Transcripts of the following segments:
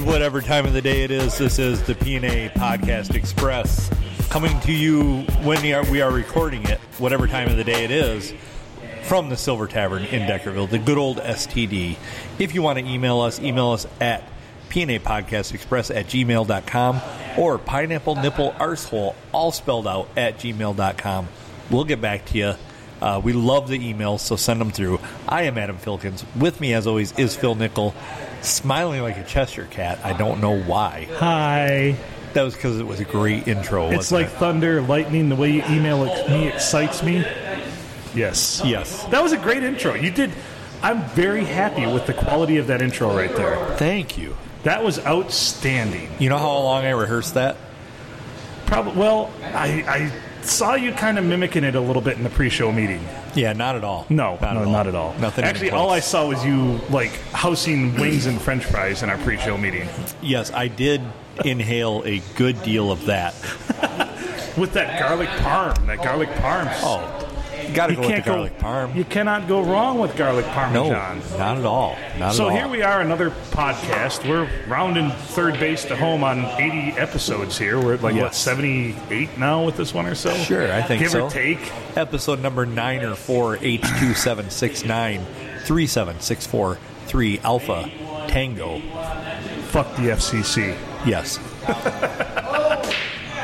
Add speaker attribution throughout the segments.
Speaker 1: whatever time of the day it is, this is the P&A Podcast Express coming to you when we are, we are recording it, whatever time of the day it is, from the Silver Tavern in Deckerville, the good old STD. If you want to email us, email us at PNA Podcast Express at gmail.com or pineapple nipple arsehole, all spelled out, at gmail.com. We'll get back to you. Uh, we love the emails, so send them through. I am Adam Filkins. With me, as always, is Phil Nickel, smiling like a Cheshire cat. I don't know why.
Speaker 2: Hi.
Speaker 1: That was because it was a great intro.
Speaker 2: It's
Speaker 1: wasn't
Speaker 2: like thunder, lightning. The way you email it me excites me. Yes.
Speaker 1: it? yes.
Speaker 2: That was a great intro. You did. I'm very happy with the quality of that intro right there.
Speaker 1: Thank you.
Speaker 2: That was outstanding.
Speaker 1: You know how long I rehearsed that?
Speaker 2: Probably. Well, I, I saw you kind of mimicking it a little bit in the pre-show meeting.
Speaker 1: Yeah, not at all.
Speaker 2: No,
Speaker 1: not
Speaker 2: no,
Speaker 1: at all.
Speaker 2: not at all.
Speaker 1: Nothing.
Speaker 2: Actually,
Speaker 1: even
Speaker 2: all I
Speaker 1: close.
Speaker 2: saw was you like housing wings and French fries in our pre-show meeting
Speaker 1: yes, I did inhale a good deal of that.
Speaker 2: with that garlic parm. That garlic parm.
Speaker 1: Oh, gotta
Speaker 2: you
Speaker 1: go with the
Speaker 2: can't
Speaker 1: garlic parm.
Speaker 2: You cannot go wrong with garlic
Speaker 1: no,
Speaker 2: parmesan.
Speaker 1: not at all. Not
Speaker 2: So
Speaker 1: at all.
Speaker 2: here we are, another podcast. We're rounding third base to home on 80 episodes here. We're at like, what,
Speaker 1: Yes.
Speaker 2: 78 now with this one or so?
Speaker 1: Sure, I think
Speaker 2: Give
Speaker 1: so.
Speaker 2: or take.
Speaker 1: Episode number nine or four, H two seven six nine three seven six four three Alpha Tango.
Speaker 2: Fuck the FCC.
Speaker 1: Yes.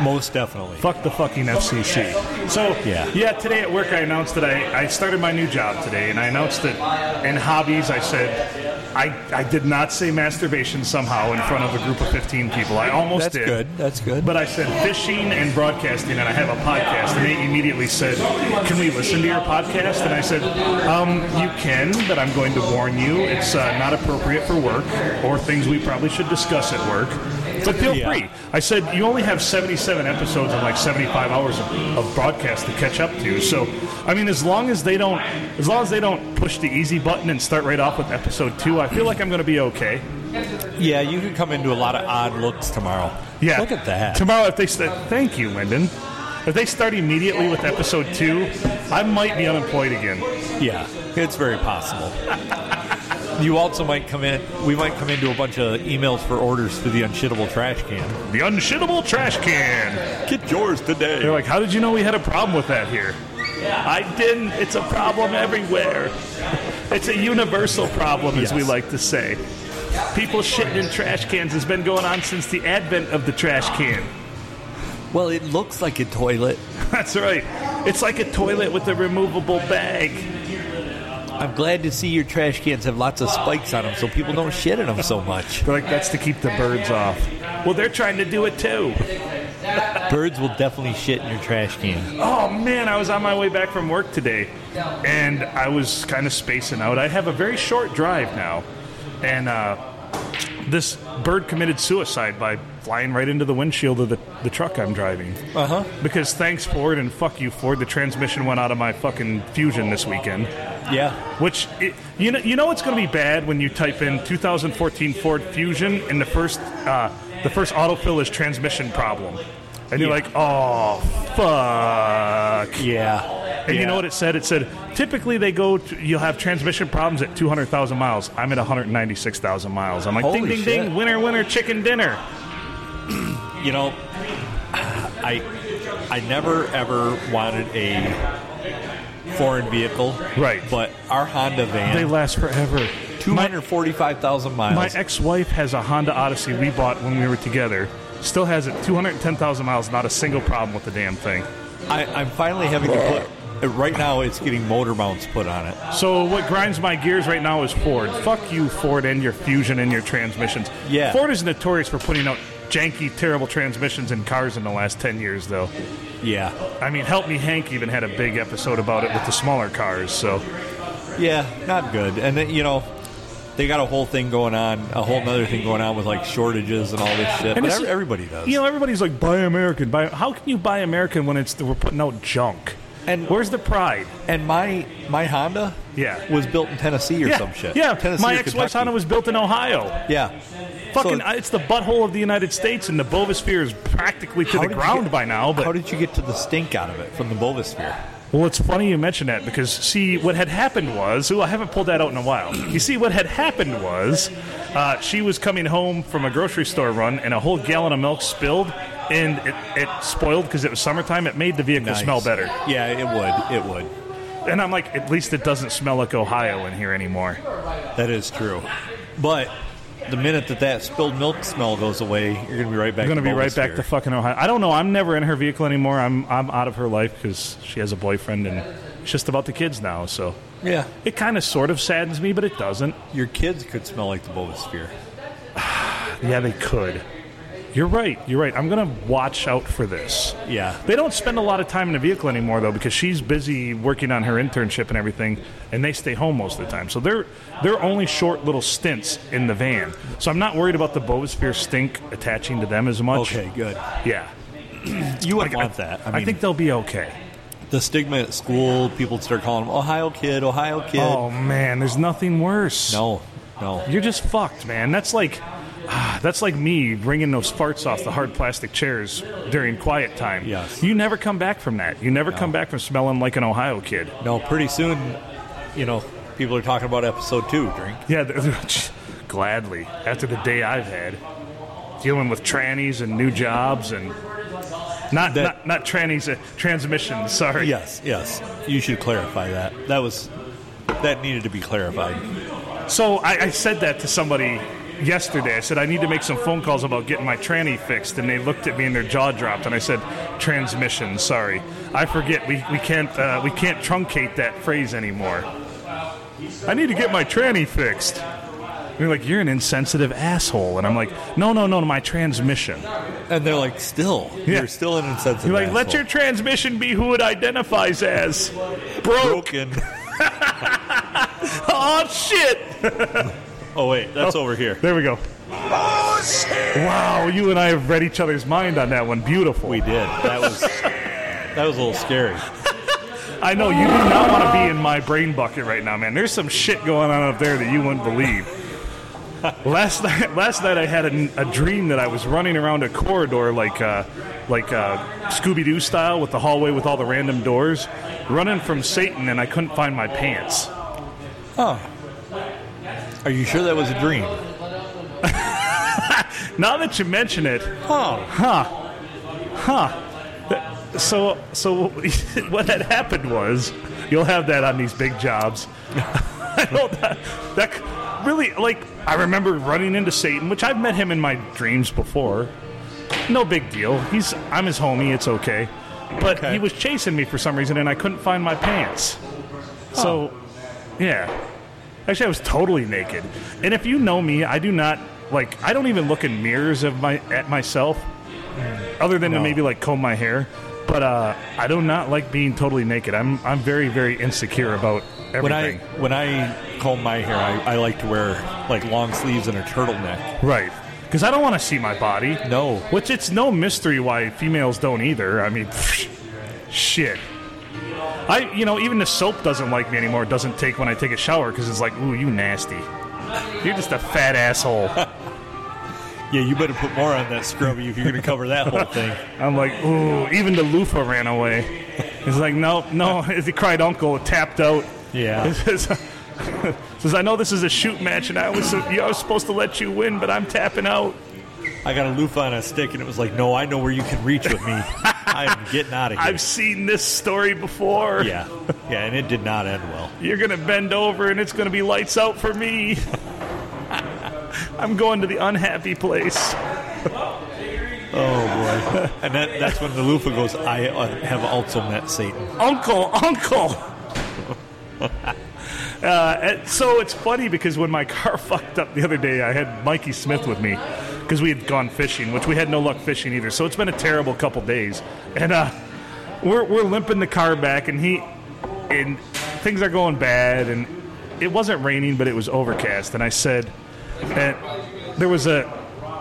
Speaker 1: Most definitely.
Speaker 2: Fuck the fucking FCC. So,
Speaker 1: Yeah.
Speaker 2: today at work I announced that I, I started my new job today, and I announced that in hobbies I said I, I did not say masturbation somehow in front of a group of 15 people. I almost
Speaker 1: That's
Speaker 2: did.
Speaker 1: good. That's good.
Speaker 2: But I said fishing and broadcasting, and I have a podcast. And they immediately said, "Can we listen to your podcast?" And I said, um, "You can, but I'm going to warn you, it's uh, not appropriate for work or things we probably should discuss at work." But feel
Speaker 1: Yeah.
Speaker 2: free. I said you only have 77 episodes and like 75 hours of, of broadcast to catch up to. So, I mean, as long as they don't, as long as they don't push the easy button and start right off with episode two, I feel like I'm going to be okay.
Speaker 1: yeah, you could come into a lot of odd looks tomorrow.
Speaker 2: Yeah.
Speaker 1: Look at that.
Speaker 2: Tomorrow, if they st- thank you, Lyndon. If they start immediately with episode two, I might be unemployed again.
Speaker 1: Yeah, it's very possible. you also might come in. We might come into a bunch of emails for orders for the unshittable trash can.
Speaker 2: The unshittable trash can.
Speaker 1: Get yours
Speaker 2: They're
Speaker 1: today.
Speaker 2: like, how did you know we had a problem with that here? I didn't. It's a problem everywhere. It's a universal problem, as we
Speaker 1: Yes.
Speaker 2: like to say. People shitting in trash cans has been going on since the advent of the trash can.
Speaker 1: Well, it looks like a toilet.
Speaker 2: That's right. It's like a toilet with a removable bag.
Speaker 1: I'm glad to see your trash cans have lots of spikes on them, so people don't shit in them so much.
Speaker 2: They're like, that's to keep the birds off. Well, they're trying to do it too.
Speaker 1: Birds will definitely shit in your trash can.
Speaker 2: Oh man, I was on my way back from work today, and I was kind of spacing out. I have a very short drive now, and uh, this bird committed suicide by flying right into the windshield of the, the truck I'm driving.
Speaker 1: Uh huh.
Speaker 2: Because thanks Ford and fuck you Ford, the transmission went out of my fucking Fusion this weekend.
Speaker 1: Yeah.
Speaker 2: Which it, you know, you know it's going to be bad when you type in 2014 Ford Fusion and the first uh, the first autofill is transmission problem, and you're
Speaker 1: Yeah.
Speaker 2: like, oh fuck.
Speaker 1: Yeah.
Speaker 2: And you know what it said? It said typically they go. To, you'll have transmission problems at 200,000 miles. I'm at 196,000 miles. I'm like,
Speaker 1: Holy
Speaker 2: ding, ding,
Speaker 1: shit.
Speaker 2: ding, winner, winner, chicken dinner.
Speaker 1: You know, I I never ever wanted a foreign vehicle.
Speaker 2: Right.
Speaker 1: But our Honda van.
Speaker 2: They last forever. My,
Speaker 1: 245,000
Speaker 2: my
Speaker 1: miles.
Speaker 2: ex-wife has a Honda Odyssey we bought when we were together. Still has it 210,000 miles. Not a single problem with the damn thing.
Speaker 1: I, I'm finally having to put. Right now, it's getting motor mounts put on it.
Speaker 2: So what grinds my gears right now is Ford. Fuck you, Ford, and your Fusion and your transmissions.
Speaker 1: Yeah.
Speaker 2: Ford is notorious for putting out janky, terrible transmissions in cars in the last 10 years, though.
Speaker 1: Yeah,
Speaker 2: I mean, Help Me Hank even had a big episode about it with the smaller cars. So
Speaker 1: yeah, not good. And then, you know, they got a whole thing going on, a whole other thing going on with like shortages and all this shit.
Speaker 2: And
Speaker 1: But
Speaker 2: it's-
Speaker 1: ev- everybody does.
Speaker 2: you know, everybody's like, "Buy American." Buy. How can you buy American when it's we're putting out junk?
Speaker 1: And-
Speaker 2: where's the pride?
Speaker 1: and my my Honda,
Speaker 2: Yeah.
Speaker 1: was built in Tennessee or
Speaker 2: yeah,
Speaker 1: some shit.
Speaker 2: yeah.
Speaker 1: Tennessee
Speaker 2: My
Speaker 1: or
Speaker 2: ex-wife's
Speaker 1: Kentucky.
Speaker 2: Honda was built in Ohio.
Speaker 1: yeah.
Speaker 2: Fucking,
Speaker 1: So-
Speaker 2: I it's the butthole of the United States, and the bovisphere is practically to
Speaker 1: How
Speaker 2: the
Speaker 1: did you
Speaker 2: ground
Speaker 1: get-
Speaker 2: by now. But
Speaker 1: how did you get to the stink out of it from the bovisphere?
Speaker 2: Well, it's funny you mention that because see what had happened was. Ooh, I haven't pulled that out in a while. You see what had happened was, uh, Uh, she was coming home from a grocery store run, and a whole gallon of milk spilled, and it, it spoiled because it was summertime. It made the vehicle
Speaker 1: Nice.
Speaker 2: smell better.
Speaker 1: Yeah, it would. It would.
Speaker 2: And I'm like, at least it doesn't smell like Ohio in here anymore.
Speaker 1: That is true. But the minute that that spilled milk smell goes away, you're going to be right back.
Speaker 2: I'm
Speaker 1: to
Speaker 2: gonna be right back
Speaker 1: Bulbasphere.
Speaker 2: to fucking Ohio. I don't know. I'm never in her vehicle anymore. I'm I'm out of her life because she has a boyfriend and it's just about the kids now. So
Speaker 1: yeah,
Speaker 2: it kind of sort of saddens me, but it doesn't.
Speaker 1: your kids could smell like the Bulbasphere.
Speaker 2: Yeah, they could. You're right. You're right. I'm gonna watch out for this.
Speaker 1: Yeah,
Speaker 2: They don't spend a lot of time in the vehicle anymore though because she's busy working on her internship and everything, and they stay home most of the time. So they're they're only short little stints in the van. So I'm not worried about the Bovisphere stink attaching to them as much.
Speaker 1: Okay, good.
Speaker 2: Yeah.
Speaker 1: You wouldn't want that. I, mean,
Speaker 2: I think they'll be okay.
Speaker 1: the stigma at school, people start calling them Ohio kid, Ohio kid.
Speaker 2: Oh man, there's nothing worse.
Speaker 1: No, no.
Speaker 2: You're just fucked, man. That's like ah, that's like me wringing those farts off the hard plastic chairs during quiet time.
Speaker 1: Yes.
Speaker 2: You never come back from that. You never come back from smelling like an Ohio kid.
Speaker 1: No, pretty soon, you know, people are talking about episode two drink.
Speaker 2: Yeah, th- th- gladly. After the day I've had dealing with trannies and new jobs and not
Speaker 1: That-
Speaker 2: not, not trannies, uh, transmissions, sorry.
Speaker 1: Yes, yes. You should clarify that. That was that needed to be clarified.
Speaker 2: So I, I said that to somebody yesterday. I said I need to make some phone calls about getting my tranny fixed, and they looked at me and their jaw dropped. And I said, "Transmission, sorry, I forget. We, we can't uh, we can't truncate that phrase anymore. I need to get my tranny fixed." And they're like, "You're an insensitive asshole," and I'm like, "No, no, no, my transmission."
Speaker 1: And they're like, still,
Speaker 2: Yeah.
Speaker 1: you're still an insensitive.
Speaker 2: You're like, "Let
Speaker 1: asshole."
Speaker 2: your transmission be who it identifies as." Broke.
Speaker 1: broken.
Speaker 2: Oh shit.
Speaker 1: Oh wait, that's over here.
Speaker 2: There we go. Wow, you and I have read each other's mind on that one. Beautiful.
Speaker 1: We did. That was that was a little scary.
Speaker 2: I know you do not want to be in my brain bucket right now, man. There's some shit going on up there that you wouldn't believe. last night, last night I had a, a dream that I was running around a corridor like, uh, like uh, Scooby Doo style, with the hallway with all the random doors, running from Satan, and I couldn't find my pants.
Speaker 1: Are you sure that was a dream?
Speaker 2: Now that you mention it,
Speaker 1: Oh,
Speaker 2: So, so what had happened was, you'll have that on these big jobs. I don't, that, that really, like, I remember running into Satan, which I've met him in my dreams before. No big deal. He's, I'm his homie. It's okay. But
Speaker 1: Okay.
Speaker 2: he was chasing me for some reason, and I couldn't find my pants. So, yeah. Actually, I was totally naked. And if you know me, I do not like. I don't even look in mirrors of my at myself, other than
Speaker 1: No.
Speaker 2: to maybe like comb my hair. But uh, I do not like being totally naked. I'm I'm very very insecure about everything.
Speaker 1: when I when I comb my hair, I, I like to wear like long sleeves and a turtleneck.
Speaker 2: right. Because I don't want to see my body.
Speaker 1: No.
Speaker 2: Which it's no mystery why females don't either. I mean, shit. I you know even the soap doesn't like me anymore. Doesn't take when I take a shower because it's like, ooh, you nasty. You're just a fat asshole.
Speaker 1: Yeah, you better put more on that scrubby if you're going to cover that whole thing.
Speaker 2: I'm like, ooh, even the loofah ran away. He's like, no, no. He cried uncle, tapped out.
Speaker 1: Yeah.
Speaker 2: Says, I know this is a shoot match, and I was, I was supposed to let you win, but I'm tapping out.
Speaker 1: I got a loofah on a stick, and it was like, no, I know where you can reach with me. I'm getting out of here.
Speaker 2: I've seen this story before.
Speaker 1: yeah, yeah, and it did not end well.
Speaker 2: You're going to bend over, and it's going to be lights out for me. I'm going to the unhappy place.
Speaker 1: Oh boy! And that, that's when the loofah goes. I uh, have also met Satan.
Speaker 2: uncle, uncle. uh, and so it's funny because when my car fucked up the other day, I had Mikey Smith with me because we had gone fishing, which we had no luck fishing either. So it's been a terrible couple days, and uh, we're we're limping the car back, and he and things are going bad, and it wasn't raining, but it was overcast, and I said, and there was a.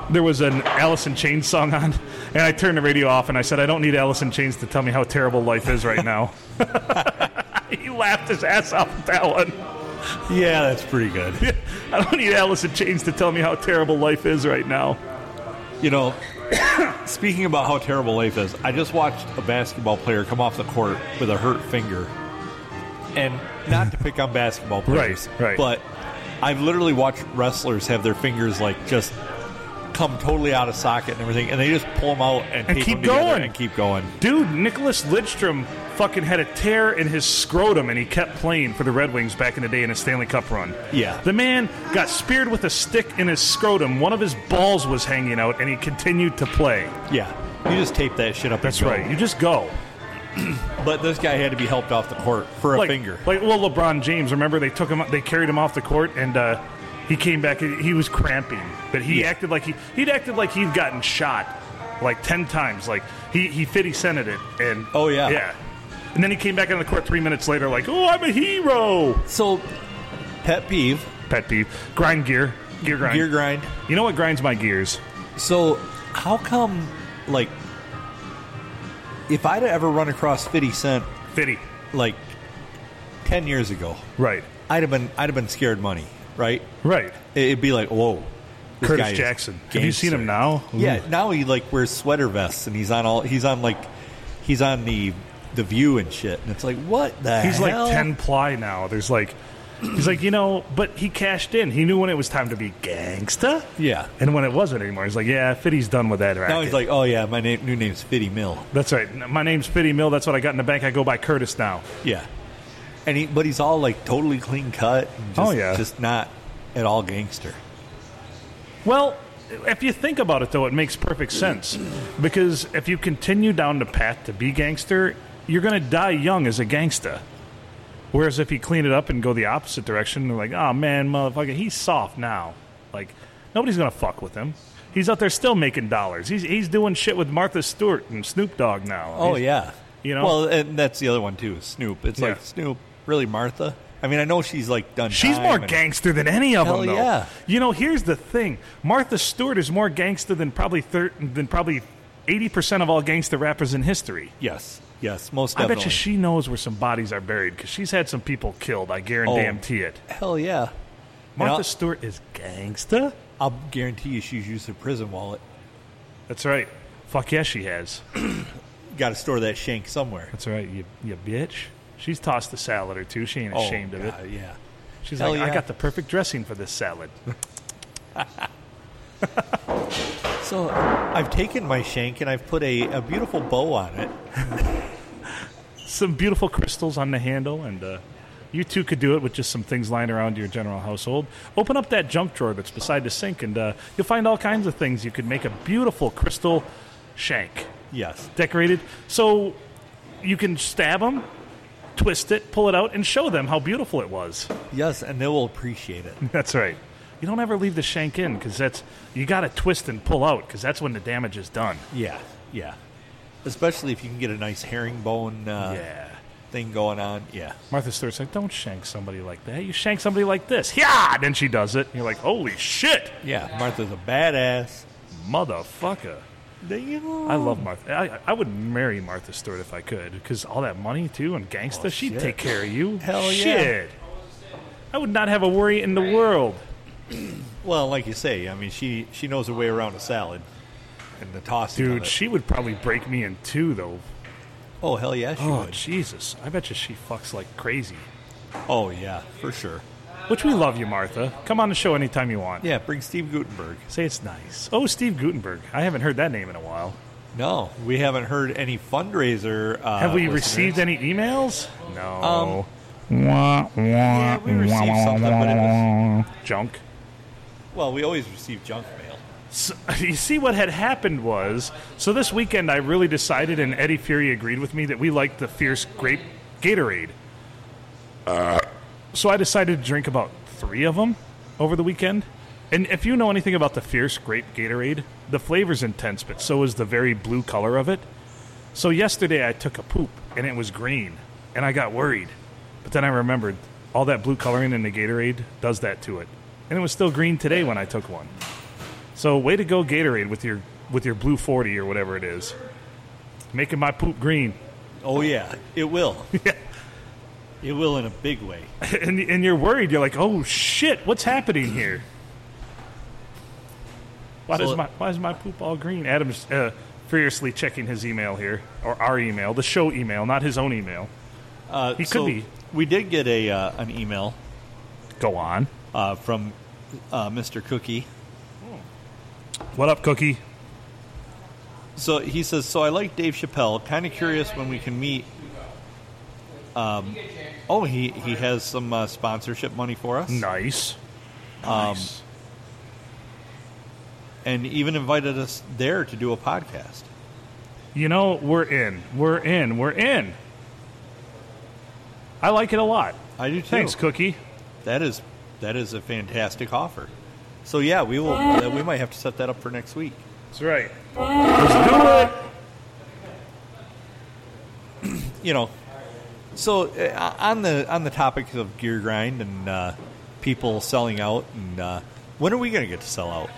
Speaker 2: There was an Alice in Chains song on, and I turned the radio off and I said, I don't need Alice in Chains to tell me how terrible life is right now. he laughed his ass off at that one.
Speaker 1: Yeah, that's pretty good.
Speaker 2: I don't need Alice in Chains to tell me how terrible life is right now.
Speaker 1: You know, speaking about how terrible life is, I just watched a basketball player come off the court with a hurt finger. And not to pick on basketball players,
Speaker 2: Right, right.
Speaker 1: but I've literally watched wrestlers have their fingers like just come totally out of socket and everything, and they just pull them out and,
Speaker 2: And
Speaker 1: tape
Speaker 2: keep
Speaker 1: 'em together
Speaker 2: going.
Speaker 1: and keep going.
Speaker 2: Dude, Nicholas Lidstrom fucking had a tear in his scrotum and he kept playing for the Red Wings back in the day in a Stanley Cup run.
Speaker 1: Yeah.
Speaker 2: The man got speared with a stick in his scrotum. One of his balls was hanging out and he continued to play.
Speaker 1: Yeah, you just tape that shit up. and
Speaker 2: That's
Speaker 1: go.
Speaker 2: right. You just go.
Speaker 1: But this guy had to be helped off the court for a
Speaker 2: like,
Speaker 1: finger.
Speaker 2: Like well, LeBron James. Remember they took him, they carried him off the court, and uh, he came back. and He was cramping, but he
Speaker 1: Yeah.
Speaker 2: acted like he he'd acted like he'd gotten shot like ten times. Like he he fifty cented it, and
Speaker 1: Oh, yeah.
Speaker 2: yeah. And then he came back on the court three minutes later, like, "Oh, I'm a hero."
Speaker 1: So, pet peeve,
Speaker 2: Pet peeve: grind gear, gear grind.
Speaker 1: gear grind.
Speaker 2: you know what grinds my gears?
Speaker 1: So, how come, like, if I'd ever run across 50 Cent,
Speaker 2: Fitty,
Speaker 1: like, 10 years ago,
Speaker 2: right,
Speaker 1: I'd have been, I'd have been scared money, right?
Speaker 2: right.
Speaker 1: It'd be like, whoa. this guy
Speaker 2: Curtis
Speaker 1: is
Speaker 2: Jackson. Have you seen
Speaker 1: gangster.
Speaker 2: him now?
Speaker 1: Yeah, now he, like, wears sweater vests, and he's on all, he's on, like, he's on the, the view and shit, and it's like, what the
Speaker 2: He's like
Speaker 1: hell?
Speaker 2: ten ply now. There's like, he's like you know, but he cashed in. He knew when it was time to be gangsta,
Speaker 1: Yeah.
Speaker 2: and when it wasn't anymore. He's like, yeah, Fiddy's done with that. Racket.
Speaker 1: Now he's like, oh, yeah, my name, new name's Fitty Mill.
Speaker 2: that's right. My name's Fiddy Mill. That's what I got in the bank. I go by Curtis now.
Speaker 1: Yeah, and he, but he's all like totally clean cut. And just,
Speaker 2: Oh, yeah.
Speaker 1: just not at all gangster.
Speaker 2: Well, if you think about it, though, it makes perfect sense because if you continue down the path to be gangster, you're going to die young as a gangsta. Whereas if you clean it up and go the opposite direction, they're like, oh man, motherfucker, he's soft now. Like, nobody's going to fuck with him. He's out there still making dollars. He's, he's doing shit with Martha Stewart and Snoop Dogg now.
Speaker 1: Oh
Speaker 2: He's-
Speaker 1: yeah,
Speaker 2: you know?
Speaker 1: Well, and that's the other one too. is Snoop. It's like
Speaker 2: Yeah.
Speaker 1: Snoop. Really, Martha? I mean, I know she's like done.
Speaker 2: She's
Speaker 1: time
Speaker 2: more
Speaker 1: and-
Speaker 2: gangster than any of
Speaker 1: Hell
Speaker 2: them, though.
Speaker 1: yeah.
Speaker 2: You know, here's the thing: Martha Stewart is more gangster than probably thir- than probably eighty percent of all gangster rappers in history.
Speaker 1: Yes, yes, most
Speaker 2: I
Speaker 1: definitely.
Speaker 2: bet you she knows where some bodies are buried because she's had some people killed. I guarantee
Speaker 1: Oh.
Speaker 2: it.
Speaker 1: Hell yeah.
Speaker 2: Martha
Speaker 1: I'll-
Speaker 2: Stewart is gangsta.
Speaker 1: I'll guarantee you she's used her prison wallet.
Speaker 2: That's right. Fuck yeah, she has.
Speaker 1: Got to store that shank somewhere.
Speaker 2: That's right. You you bitch. She's tossed a salad or two. She ain't
Speaker 1: Oh,
Speaker 2: ashamed of it.
Speaker 1: God, Yeah.
Speaker 2: She's
Speaker 1: Hell
Speaker 2: like, I
Speaker 1: yeah.
Speaker 2: got the perfect dressing for this salad.
Speaker 1: So I've taken my shank and I've put a, a beautiful bow on it.
Speaker 2: some beautiful crystals on the handle, and uh, you too could do it with just some things lying around your general household. Open up that junk drawer that's beside the sink, and uh, you'll find all kinds of things. You could make a beautiful crystal shank
Speaker 1: Yes.
Speaker 2: decorated. So you can stab them, twist it, pull it out, and show them how beautiful it was.
Speaker 1: Yes, and they will appreciate it.
Speaker 2: That's right. You don't ever leave the shank in because that's you got to twist and pull out because that's when the damage is done.
Speaker 1: Yeah, yeah. Especially if you can get a nice herringbone uh,
Speaker 2: Yeah.
Speaker 1: thing going on. Yeah.
Speaker 2: Martha Stewart's like, don't shank somebody like that. You shank somebody like this. Yeah! And then she does it. And you're like, holy shit!
Speaker 1: Yeah. Martha's a badass.
Speaker 2: Motherfucker. I
Speaker 1: Hmm.
Speaker 2: love Martha. I, I would marry Martha Stewart if I could, because all that money too and gangsta,
Speaker 1: Oh,
Speaker 2: she'd
Speaker 1: shit.
Speaker 2: take care of you.
Speaker 1: Hell yeah.
Speaker 2: shit. I would not have a worry in the world.
Speaker 1: Well, like you say, I mean, she she knows her way around a salad and the tossing. of
Speaker 2: Dude,
Speaker 1: it.
Speaker 2: she would probably break me in two though.
Speaker 1: oh hell yeah, she
Speaker 2: Oh
Speaker 1: would.
Speaker 2: Jesus. I bet you she fucks like crazy.
Speaker 1: Oh yeah, for sure.
Speaker 2: Which we love you, Martha. Come on the show anytime you want.
Speaker 1: Yeah, bring Steve Gutenberg.
Speaker 2: Say it's nice. Oh, Steve Gutenberg. I haven't heard that name in a while.
Speaker 1: No, we haven't heard any fundraiser. Uh,
Speaker 2: Have we
Speaker 1: listeners.
Speaker 2: received any emails? No.
Speaker 1: Um, Yeah, we received something, but it was
Speaker 2: Junk.
Speaker 1: well, we always receive junk mail.
Speaker 2: So, you see, what had happened was so this weekend I really decided, and Eddie Fury agreed with me, that we liked the fierce grape Gatorade. Uh, So I decided to drink about three of them over the weekend. And if you know anything about the fierce grape Gatorade, the flavor's intense, but so is the very blue color of it. So yesterday I took a poop and it was green, and I got worried. But then I remembered all that blue coloring in the Gatorade does that to it. And it was still green today when I took one. So way to go Gatorade with your with your blue 40 or whatever it is. Making my poop green.
Speaker 1: Oh yeah, it will. It will in a big way.
Speaker 2: and, and you're worried. You're like, "Oh shit, what's happening here?" Why
Speaker 1: So-
Speaker 2: does my why is my poop all green? Adam's uh, furiously checking his email here or our email, the show email, not his own email.
Speaker 1: Uh,
Speaker 2: He could
Speaker 1: so
Speaker 2: be.
Speaker 1: We did get a uh, an email
Speaker 2: Go on.
Speaker 1: uh, from uh, Mr. Cookie.
Speaker 2: What up, Cookie?
Speaker 1: So he says, So I like Dave Chappelle. Kind of curious when we can meet. Um, oh, he, he has some uh, sponsorship money for us.
Speaker 2: Nice. Nice.
Speaker 1: And even invited us there to do a podcast.
Speaker 2: you know, we're in. We're in. We're in. I like it a lot.
Speaker 1: I do too.
Speaker 2: Thanks, Cookie.
Speaker 1: That is that is a fantastic offer. So yeah, we will. Uh, we might have to set that up for next week.
Speaker 2: That's right. Let's do it.
Speaker 1: You know. So uh, on the on the topic of gear grind and uh, people selling out, and uh, when are we going to get to sell out?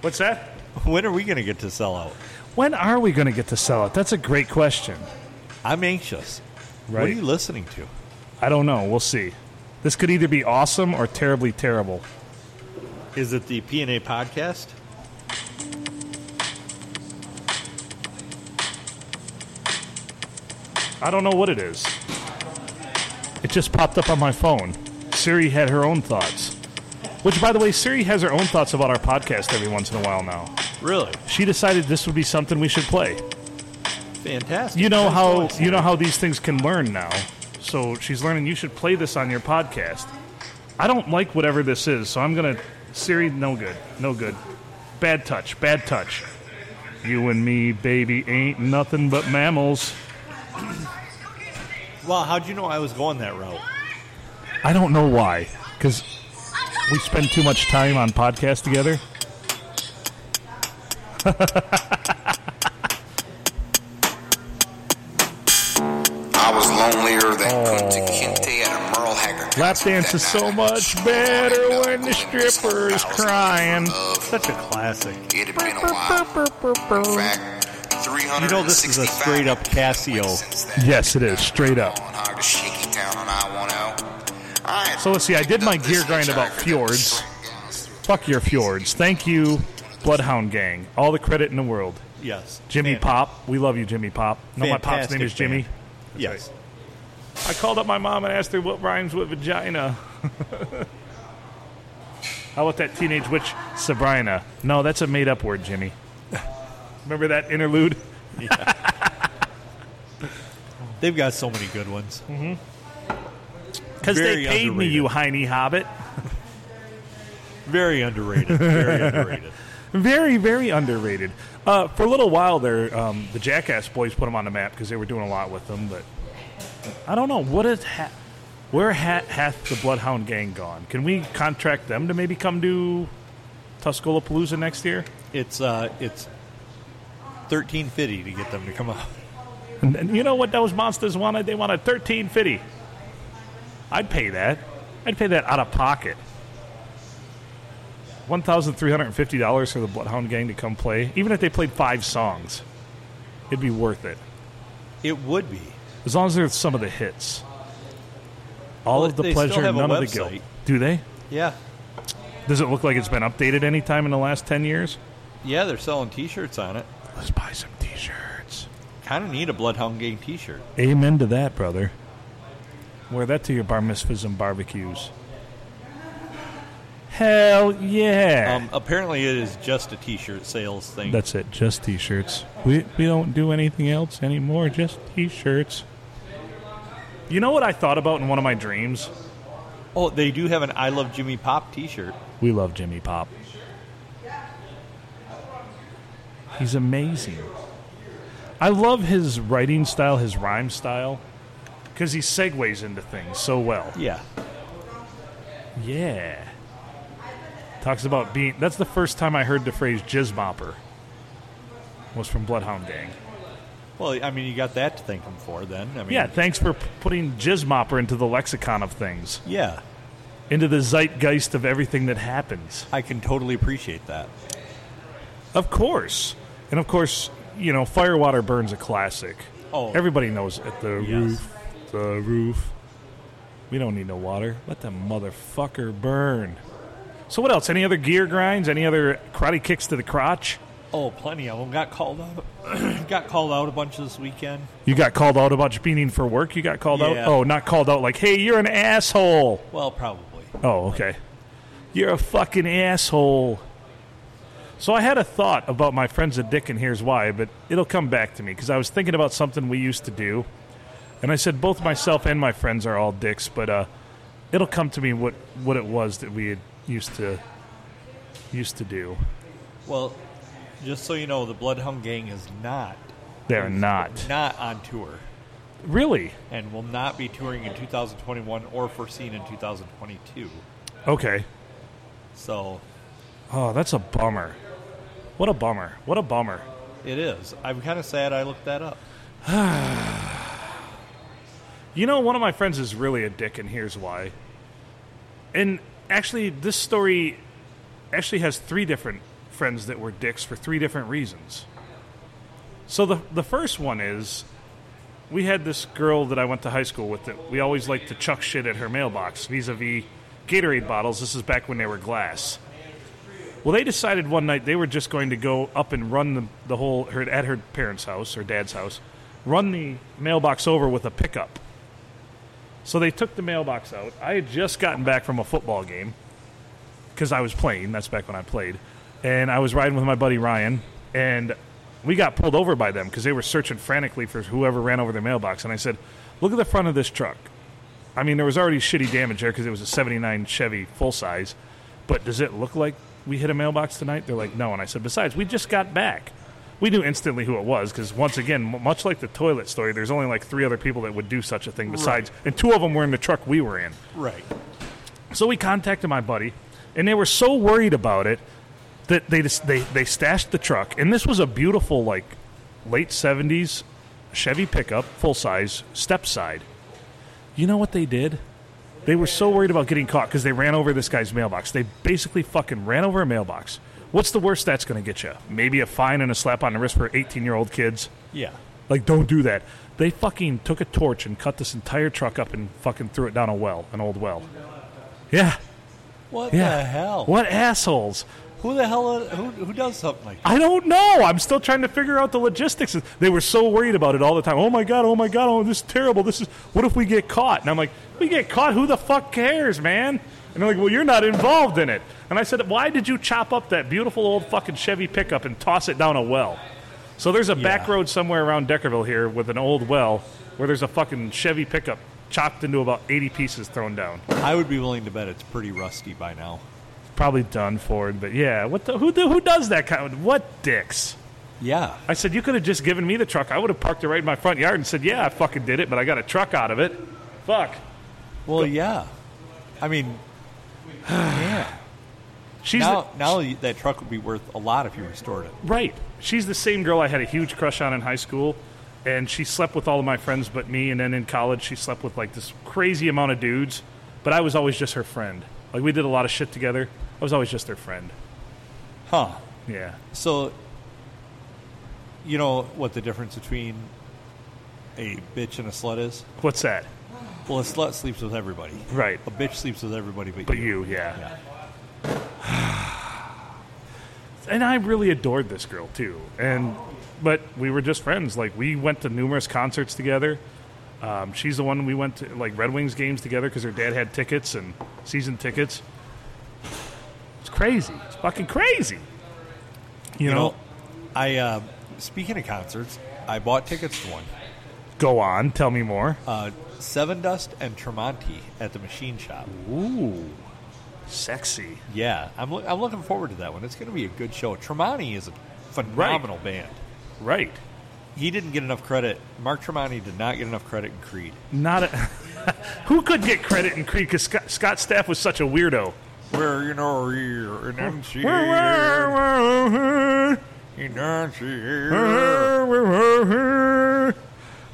Speaker 2: What's that?
Speaker 1: When are we going to get to sell out?
Speaker 2: When are we going to get to sell it? That's a great question.
Speaker 1: I'm anxious. What are
Speaker 2: Right.
Speaker 1: you listening to?
Speaker 2: I don't know. We'll see. This could either be awesome or terribly terrible.
Speaker 1: Is it the P and A podcast?
Speaker 2: I don't know what it is. It just popped up on my phone. Siri had her own thoughts. Which, by the way, Siri has her own thoughts about our podcast every once in a while now.
Speaker 1: Really
Speaker 2: She decided this would be something we should play.
Speaker 1: fantastic.
Speaker 2: You know
Speaker 1: Good
Speaker 2: how
Speaker 1: choice.
Speaker 2: you know how these things can learn now. So she's learning you should play this on your podcast. I don't like whatever this is, so I'm gonna Siri, no good. No good. Bad touch, bad touch. You and me, baby, ain't nothing but mammals.
Speaker 1: Well, how'd you know I was going that route?
Speaker 2: I don't know why, because we spend too much time on podcasts together.
Speaker 3: I was lonelier than Kunta Kinte at a Merle Haggard.
Speaker 2: Lap Oh. dance is so much better when the stripper is crying.
Speaker 1: Such a classic.
Speaker 3: It had been a while. In fact, 365
Speaker 1: You know this is a straight up Casio.
Speaker 3: since then.
Speaker 2: Yes, it is, straight up.
Speaker 3: On Hog- Shaky Town on I-10. I had
Speaker 2: So let's see, I did my
Speaker 3: picked up
Speaker 2: gear
Speaker 3: this
Speaker 2: grind about
Speaker 3: hitchhiker that was
Speaker 2: fjords.
Speaker 3: straight down through
Speaker 2: Fuck your fjords. Thank you, Bloodhound Gang. All the credit in the world.
Speaker 1: Yes,
Speaker 2: Jimmy
Speaker 1: Fan-
Speaker 2: Pop. We love you, Jimmy Pop. No, my pop's
Speaker 1: fantastic
Speaker 2: name is Jimmy.
Speaker 1: band. Yes.
Speaker 2: I called up my mom and asked her what rhymes with vagina. How about that teenage witch, Sabrina? No, that's a made up word, Jimmy. Remember that interlude?
Speaker 1: They've got so many good ones.
Speaker 2: Because
Speaker 1: Very
Speaker 2: they paid me,
Speaker 1: underrated.
Speaker 2: you heiny hobbit.
Speaker 1: Very underrated. Very underrated.
Speaker 2: Very, very underrated. Uh, for a little while there, um, the Jackass boys put them on the map because they were doing a lot with them. But I don't know what is ha- where ha- hath the Bloodhound Gang gone? Can we contract them to maybe come do Tuscola Palooza next year?
Speaker 1: It's uh, it's thirteen fifty to get them to come out.
Speaker 2: And, and you know what those monsters wanted? They wanted thirteen fifty. I'd pay that. I'd pay that out of pocket. One thousand three hundred and fifty dollars for the Bloodhound Gang to come play, even if they played five songs, it'd be worth it.
Speaker 1: It would be.
Speaker 2: As long as there's some of the hits. All
Speaker 1: Well,
Speaker 2: of the
Speaker 1: they
Speaker 2: pleasure,
Speaker 1: still have a
Speaker 2: none of the
Speaker 1: website.
Speaker 2: guilt. Do they?
Speaker 1: Yeah,
Speaker 2: Does it look like it's been updated any time in the last 10 years?
Speaker 1: yeah. They're selling T-shirts on it.
Speaker 2: Let's buy some t shirts.
Speaker 1: Kind of need a Bloodhound Gang T-shirt.
Speaker 2: Amen to that, brother. Wear that to your bar mitzvahs and barbecues. Hell yeah.
Speaker 1: Um, apparently, it is just a T-shirt sales thing.
Speaker 2: That's it, just t shirts. We, we don't do anything else anymore, just t shirts. You know what I thought about in one of my dreams?
Speaker 1: oh, they do have an "I Love Jimmy Pop" T-shirt.
Speaker 2: We love Jimmy Pop. He's amazing. I love his writing style, his rhyme style, because he segues into things so well.
Speaker 1: Yeah,
Speaker 2: Yeah. Talks about being. That's the first time I heard the phrase jizz mopper. Was from Bloodhound Gang.
Speaker 1: Well, I mean, you got that to thank them for then. I mean,
Speaker 2: Yeah, thanks for p- putting jizz mopper into the lexicon of things,
Speaker 1: yeah,
Speaker 2: into the zeitgeist of everything that happens.
Speaker 1: I can totally appreciate that.
Speaker 2: Of course. And of course, you know, Firewater Burns a classic.
Speaker 1: Oh.
Speaker 2: Everybody knows it. The
Speaker 1: Yes.
Speaker 2: roof. The roof. We don't need no water. Let the motherfucker burn. So what else? Any other gear grinds? Any other karate kicks to the crotch?
Speaker 1: Oh, plenty of them got called out. got called out a bunch this weekend.
Speaker 2: You got called out about you being for work. You got called
Speaker 1: Yeah.
Speaker 2: out. Oh, not called out like, hey, you're an asshole.
Speaker 1: Well, probably.
Speaker 2: Oh, okay. You're a fucking asshole. So I had a thought about my friends at Dick, and here's why, but it'll come back to me because I was thinking about something we used to do, and I said both myself and my friends are all dicks, but uh, it'll come to me what what it was that we had used to used to do.
Speaker 1: Well, just so you know, the Bloodhound Gang is not
Speaker 2: They're not
Speaker 1: not on tour
Speaker 2: really
Speaker 1: and will not be touring in 2021 or foreseen in 2022.
Speaker 2: okay.
Speaker 1: So
Speaker 2: Oh, that's a bummer. What a bummer. What a bummer.
Speaker 1: it is. I'm kind of sad I looked that up.
Speaker 2: You know, one of my friends is really a dick, and here's why. And actually, this story actually has three different friends that were dicks for three different reasons. So the the first one is we had this girl that I went to high school with that we always liked to chuck shit at her mailbox vis-a-vis Gatorade bottles. This is back when they were glass. Well, they decided one night they were just going to go up and run the, the whole her, at her parents' house or dad's house, run the mailbox over with a pickup. So they took the mailbox out. I had just gotten back from a football game because I was playing. That's back when I played, and I was riding with my buddy Ryan, and we got pulled over by them because they were searching frantically for whoever ran over their mailbox. And I said, "Look at the front of this truck. I mean, there was already shitty damage there because it was a '79 Chevy full size, but does it look like we hit a mailbox tonight?" They're like, "No." And I said, "Besides, we just got back." We knew instantly who it was because, once again, m- much like the toilet story, there's only like three other people that would do such a thing besides, and two of them were in the truck we were in.
Speaker 1: Right.
Speaker 2: So we contacted my buddy, and they were so worried about it that they just, they they stashed the truck. And this was a beautiful like late seventies Chevy pickup, full size, step side. You know what they did? They were so worried about getting caught because they ran over this guy's mailbox. They basically fucking ran over a mailbox. What's the worst that's going to get you? Maybe a fine and a slap on the wrist for 18 year old kids.
Speaker 1: Yeah.
Speaker 2: Like, don't do that. They fucking took a torch and cut this entire truck up and fucking threw it down a well, an old well. Yeah.
Speaker 1: What
Speaker 2: Yeah.
Speaker 1: the hell?
Speaker 2: What assholes?
Speaker 1: Who the hell? Who, who does something like that?
Speaker 2: I don't know. I'm still trying to figure out the logistics. They were so worried about it all the time. Oh my god. Oh my god. Oh, this is terrible. This is. What if we get caught? And I'm like, we get caught. Who the fuck cares, man? And they're like, well, you're not involved in it. And I said, why did you chop up that beautiful old fucking Chevy pickup and toss it down a well? So there's a back
Speaker 1: Yeah.
Speaker 2: road somewhere around Deckerville here with an old well where there's a fucking Chevy pickup chopped into about 80 pieces thrown down.
Speaker 1: I would be willing to bet it's pretty rusty by now.
Speaker 2: Probably done for it, but yeah. What the, who, do, who does that kind of. What dicks?
Speaker 1: Yeah.
Speaker 2: I said, You could have just given me the truck. I would have parked it right in my front yard and said, Yeah, I fucking did it, but I got a truck out of it. Fuck.
Speaker 1: Well, yeah. I mean, yeah.
Speaker 2: She's
Speaker 1: Now,
Speaker 2: the,
Speaker 1: now that truck would be worth a lot if you restored it.
Speaker 2: right. She's the same girl I had a huge crush on in high school, and she slept with all of my friends but me. And then in college, she slept with like this crazy amount of dudes, but I was always just her friend. Like we did a lot of shit together. I was always just her friend.
Speaker 1: Huh.
Speaker 2: Yeah.
Speaker 1: So, you know what the difference between a bitch and a slut is?
Speaker 2: What's that?
Speaker 1: Well, a slut sleeps with everybody.
Speaker 2: Right.
Speaker 1: A bitch sleeps with everybody but,
Speaker 2: But you, yeah. and I really adored this girl too. And but we were just friends. Like we went to numerous concerts together. Um, she's the one we went to like Red Wings games together because her dad had tickets and season tickets. It's crazy. It's fucking crazy. You,
Speaker 1: You
Speaker 2: know,
Speaker 1: know, I uh, speaking of concerts, I bought tickets to one.
Speaker 2: Go on. Tell me more.
Speaker 1: Uh, Seven Dust and Tremonti at the Machine Shop.
Speaker 2: Ooh, sexy.
Speaker 1: Yeah, I'm, loo- I'm looking forward to that one. It's going to be a good show. Tremonti is a phenomenal band.
Speaker 2: Right.
Speaker 1: He didn't get enough credit. Mark Tremonti did not get enough credit in Creed.
Speaker 2: Not a. Who could get credit in Creed? Because Scott, Scott Staff was such a weirdo.
Speaker 1: Where you know you're an MC.
Speaker 2: Uh-huh.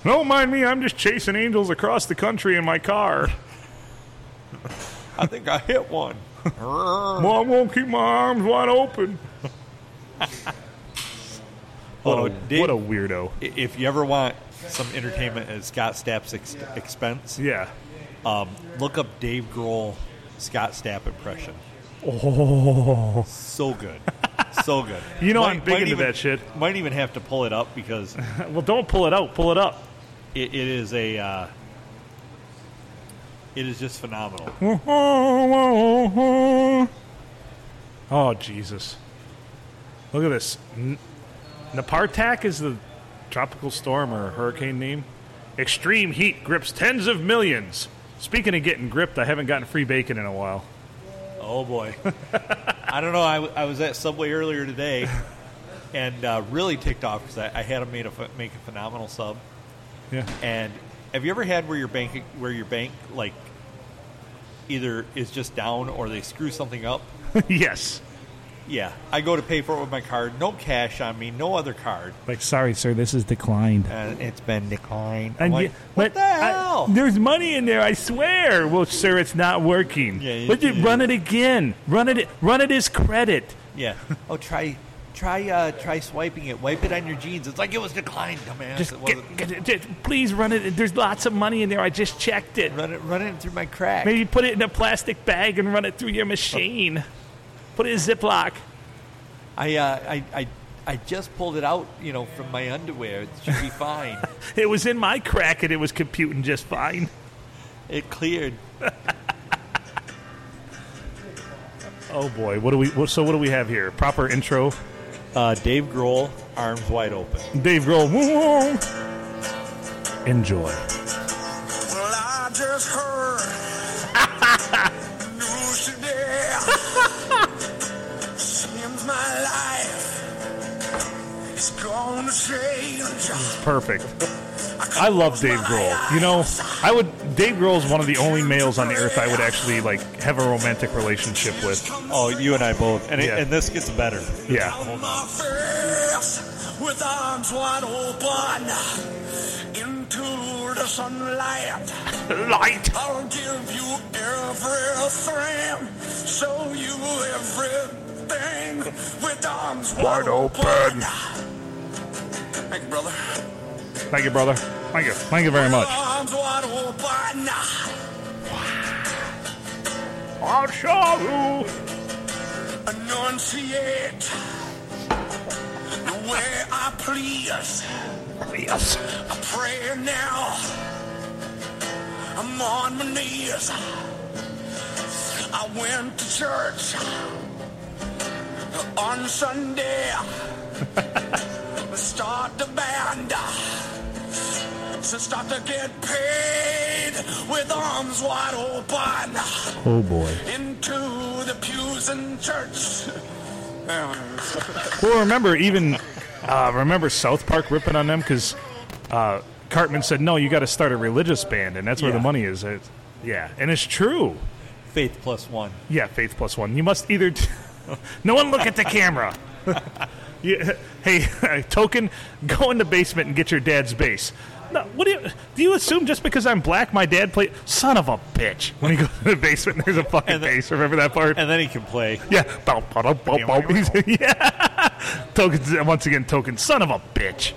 Speaker 2: Don't mind me, I'm just chasing angels across the country in my car.
Speaker 1: I think I hit one. oh,
Speaker 2: Well, I won't keep my arms wide open.
Speaker 1: Dave,
Speaker 2: Oh, what a weirdo.
Speaker 1: if you ever want some entertainment at Scott Stapp's ex- expense,
Speaker 2: Yeah.
Speaker 1: um, look up Dave Grohl Scott Stapp impression.
Speaker 2: Oh,
Speaker 1: So good. so good.
Speaker 2: You know I'm big into
Speaker 1: even-
Speaker 2: that shit.
Speaker 1: Might even have to pull it up because it,
Speaker 2: well, don't pull it out. Pull it up.
Speaker 1: it is a. Uh, it is just phenomenal.
Speaker 2: Oh, Jesus. Look at this. N- Napartak is the tropical storm or hurricane name. Extreme heat grips tens of millions. Speaking of getting gripped, I haven't gotten free bacon in a while.
Speaker 1: Oh boy. I don't know. I, w- I was at Subway earlier today, and uh, really ticked off because I, I had them made a ph- make a phenomenal sub.
Speaker 2: Yeah.
Speaker 1: And have you ever had where your bank where your bank like either is just down or they screw something up?
Speaker 2: yes.
Speaker 1: Yeah, I go to pay for it with my card. No cash on me. No other card.
Speaker 2: Like, sorry, sir, this is declined.
Speaker 1: And it's been declined. I'm
Speaker 2: And
Speaker 1: like,
Speaker 2: you-
Speaker 1: what
Speaker 2: but
Speaker 1: the
Speaker 2: I-
Speaker 1: hell?
Speaker 2: there's money in there, I swear. Well, sir, it's not working.
Speaker 1: Yeah, you-
Speaker 2: Let you
Speaker 1: yeah.
Speaker 2: run it again. Run it. Run it as credit.
Speaker 1: yeah. Oh, try, try, uh, try swiping it. Wipe it on your jeans. It's like it was declined, dumbass.
Speaker 2: Just
Speaker 1: it wasn't.
Speaker 2: get, get it, just- please run it. There's lots of money in there. I just checked it.
Speaker 1: run it, run it through my crack.
Speaker 2: Maybe put it in a plastic bag and run it through your machine. Put it in a Ziploc.
Speaker 1: I, uh, I, I, I just pulled it out, you know, from my underwear. It should be fine.
Speaker 2: It was in my crack and it was computing just fine.
Speaker 1: It cleared.
Speaker 2: Oh boy, what do we? What, so what do we have here? Proper intro.
Speaker 1: Uh, Dave Grohl, arms wide open.
Speaker 2: Dave Grohl. Woo, woo. Enjoy.
Speaker 3: Well, I just heard news today. Seems my life is going to change.
Speaker 2: Perfect. I love Dave Grohl. You know, I would. Dave Grohl is one of the only males on the earth I would actually like have a romantic relationship with.
Speaker 1: Oh, you and I both. And, it,
Speaker 2: Yeah.
Speaker 1: and this gets better.
Speaker 2: Yeah.
Speaker 3: On my face, with arms wide open, into the sunlight.
Speaker 2: Light.
Speaker 3: I'll give you everything, show you everything with arms wide,
Speaker 2: Wide open.
Speaker 3: Thank you, brother.
Speaker 2: Thank you, brother. Thank you. Thank you very much.
Speaker 3: Arms wide open.
Speaker 2: I'll show you.
Speaker 3: Enunciate the way I please.
Speaker 2: Yes.
Speaker 3: I pray now. I'm on my knees. I went to church on Sunday. start the band. So start to get paid with arms wide open
Speaker 2: Oh boy.
Speaker 3: into the pews and church.
Speaker 2: Well, remember even uh, remember South Park ripping on them because uh, Cartman said, "No, you got to start a religious band, and that's where
Speaker 1: Yeah.
Speaker 2: the money is." It, yeah, and it's true.
Speaker 1: Faith plus one.
Speaker 2: Yeah, faith plus one. You must either. T- no one look at the camera. You- hey, token, go in the basement and get your dad's bass. No, what do you do? You assume just because I'm black, my dad played. Son of a bitch! When he goes to the basement, there's a fucking
Speaker 1: And the-
Speaker 2: bass. Remember that part?
Speaker 1: And then he can play.
Speaker 2: Yeah. Bow, bow, bow, bow, bow. He's- yeah. Token, once again, Token, son of a bitch.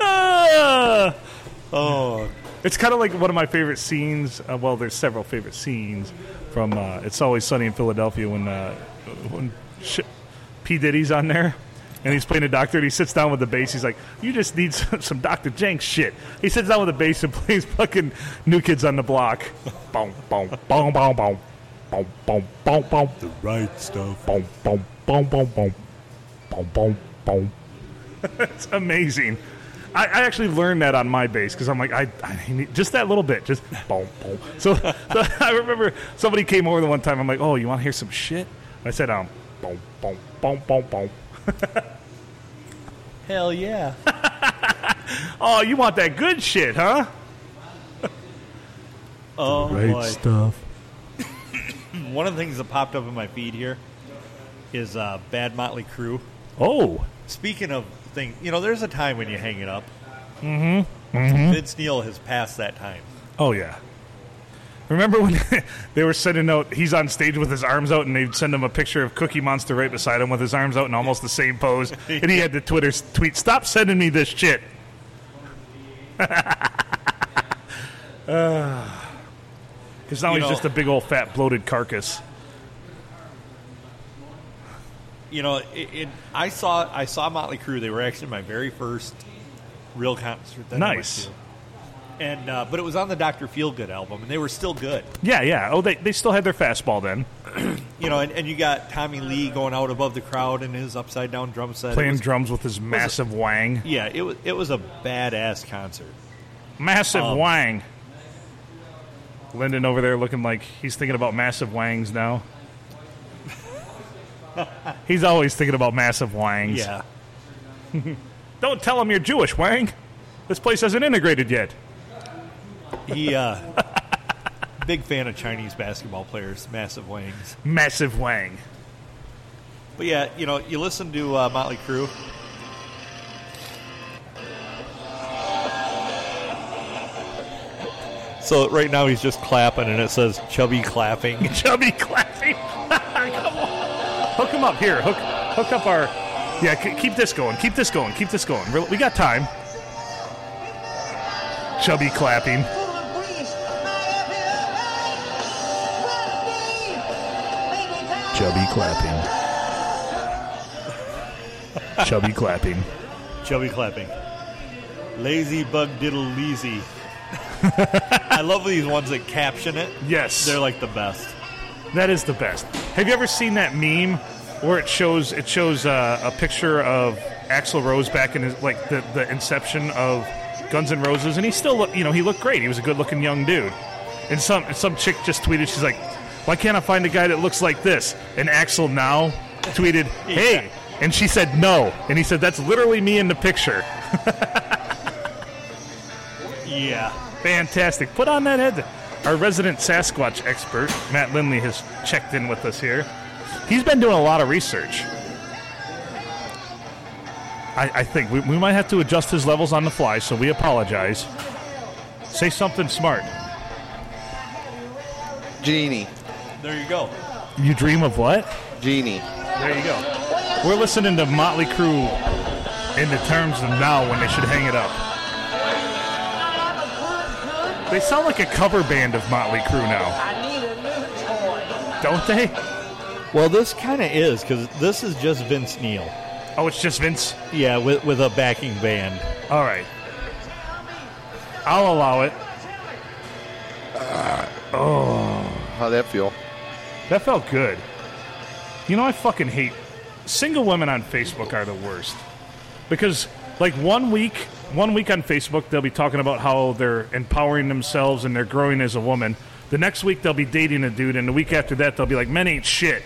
Speaker 2: Ah.
Speaker 1: Oh,
Speaker 2: It's kind of like one of my favorite scenes. Uh, well, there's several favorite scenes from uh, "It's Always Sunny in Philadelphia" when uh, when sh- P Diddy's on there and he's playing a doctor and he sits down with the bass. He's like, "You just need some, some Dr. Jenks shit." He sits down with the bass and plays fucking "New Kids on the Block." boom, boom, boom, boom, boom, boom, boom, boom, boom,
Speaker 1: the right stuff.
Speaker 2: boom, boom, boom, boom, boom, boom, boom, boom. it's amazing. I, I actually learned that on my bass because I'm like, I, I need just that little bit, just boom, boom. So, so I remember somebody came over the one time. I'm like, oh, you want to hear some shit? I said, um, boom, boom, boom, boom, boom.
Speaker 1: Hell yeah.
Speaker 2: Oh, you want that good shit, huh?
Speaker 1: Oh, boy.
Speaker 2: stuff.
Speaker 1: One of the things that popped up in my feed here is uh, Bad Motley Crew.
Speaker 2: Oh,
Speaker 1: Speaking of things, you know, there's a time when you hang it up. Mm-hmm.
Speaker 2: Mm-hmm.
Speaker 1: Vince Neil has passed that time.
Speaker 2: oh yeah. Remember when they were sending out? He's on stage with his arms out, and they'd send him a picture of Cookie Monster right beside him with his arms out in almost the same pose, and he had to Twitter tweet, "Stop sending me this shit." Ah. Because now
Speaker 1: You
Speaker 2: he's
Speaker 1: know-
Speaker 2: just a big old fat bloated carcass.
Speaker 1: you know, it, it, I saw I saw Motley Crue. They were actually my very first real concert. That I went
Speaker 2: Nice.
Speaker 1: to. And uh, but it was on the Doctor Feelgood album, and they were still good.
Speaker 2: Yeah, yeah. Oh, they, they still had their fastball then,
Speaker 1: You know, and, and you got Tommy Lee going out above the crowd in his upside down drum set. It
Speaker 2: playing
Speaker 1: was-
Speaker 2: drums with his massive wang.
Speaker 1: yeah, it was it was a badass concert.
Speaker 2: Massive wang. Lyndon over there looking like he's thinking about massive wangs now. he's always thinking about massive wangs.
Speaker 1: Yeah,
Speaker 2: Don't tell him you're Jewish, Wang. This place hasn't integrated yet.
Speaker 1: he uh, big fan of Chinese basketball players, massive wings.
Speaker 2: Massive Wang.
Speaker 1: But yeah, you know, you listen to uh, Motley Crue. So right now he's just clapping, and it says "chubby clapping."
Speaker 2: Chubby clapping. Come on. Hook him up here. Hook hook up our. Yeah, k- keep this going. Keep this going. Keep this going. We're, we got time. Chubby clapping.
Speaker 4: Chubby
Speaker 2: clapping. Chubby clapping.
Speaker 1: Chubby clapping. Lazy bug diddle leezy. I love these ones that caption it.
Speaker 2: Yes.
Speaker 1: They're like the best.
Speaker 2: That is the best. Have you ever seen that meme where it shows it shows uh, a picture of Axl Rose back in his like the, the inception of Guns N' Roses, and he still look, you know he looked great. He was a good looking young dude. And some and some chick just tweeted, she's like, "Why can't I find a guy that looks like this?" And Axl now tweeted, "Hey," and she said, "No," and he said, "That's literally me in the picture."
Speaker 1: Yeah.
Speaker 2: Fantastic. Put on that head. Our resident Sasquatch expert, Matt Lindley, has checked in with us here. He's been doing a lot of research. I, I think we, we might have to adjust his levels on the fly, so we apologize. Say something smart.
Speaker 4: Genie.
Speaker 1: There you go.
Speaker 2: You dream of what?
Speaker 4: Genie.
Speaker 2: There you go. We're listening to Motley Crue in the terms of now when they should hang it up. They sound like a cover band of Motley Crue now,
Speaker 5: I need a new toy.
Speaker 2: don't they?
Speaker 1: Well, this kind of is because this is just Vince Neil.
Speaker 2: Oh, it's just Vince.
Speaker 1: Yeah, with with a backing band.
Speaker 2: All right. I'll allow it. Uh,
Speaker 4: How'd that feel?
Speaker 2: oh. That felt good. You know, I fucking hate single women on Facebook are the worst because, like, one week, one week on Facebook they'll be talking about how they're empowering themselves and they're growing as a woman. The next week they'll be dating a dude, and the week after that they'll be like, "Men ain't shit."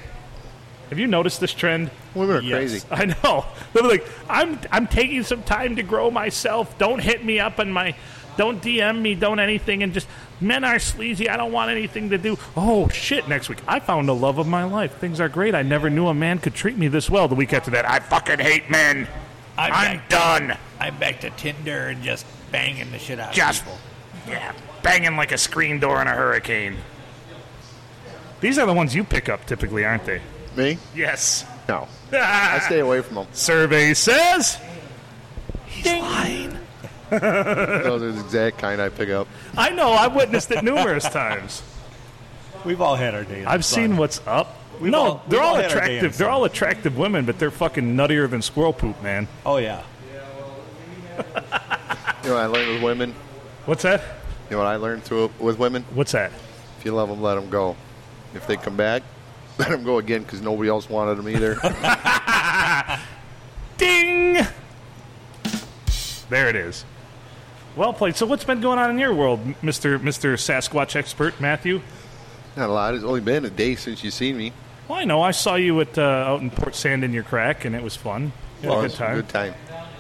Speaker 2: Have you noticed this trend?
Speaker 4: Women are
Speaker 1: Yes.
Speaker 4: crazy.
Speaker 2: I know. They're like, I'm I'm taking some time to grow myself. Don't hit me up on my, don't DM me, don't anything, and just men are sleazy. I don't want anything to do. Oh shit! Next week, I found the love of my life. Things are great. I never knew a man could treat me this well. The week after that, I fucking hate men. I'm, done.
Speaker 1: I'm back to Tinder and just banging the shit out
Speaker 2: Just yeah, banging like a screen door in a hurricane. These are the ones you pick up typically, aren't they?
Speaker 4: Me?
Speaker 2: Yes.
Speaker 4: No. I stay away from them.
Speaker 2: Survey says.
Speaker 4: Those are the exact kind I pick up.
Speaker 2: I know. I've witnessed it numerous times.
Speaker 1: We've all had our days.
Speaker 2: I've seen what's up.
Speaker 1: We've
Speaker 2: no,
Speaker 1: all-
Speaker 2: they're
Speaker 1: we've
Speaker 2: all,
Speaker 1: all had our day in the
Speaker 2: attractive. They're
Speaker 1: sun.
Speaker 2: all attractive women, but they're fucking nuttier than squirrel poop, man.
Speaker 1: Oh yeah.
Speaker 4: You know what I learned with women?
Speaker 2: What's that?
Speaker 4: You know what I learned through with women?
Speaker 2: What's that?
Speaker 4: If you love them, let them go. If they come back, let them go again because nobody else wanted them either.
Speaker 2: Ding. There it is. Well played. So what's been going on in your world, Mister Mister Sasquatch expert Matthew?
Speaker 4: Not a lot. It's only been a day since you seen me.
Speaker 2: Well, I know I saw you at uh, out in Port Sand in your crack, and it was fun. You had
Speaker 4: Well,
Speaker 2: a
Speaker 4: it's
Speaker 2: good time.
Speaker 4: Good time.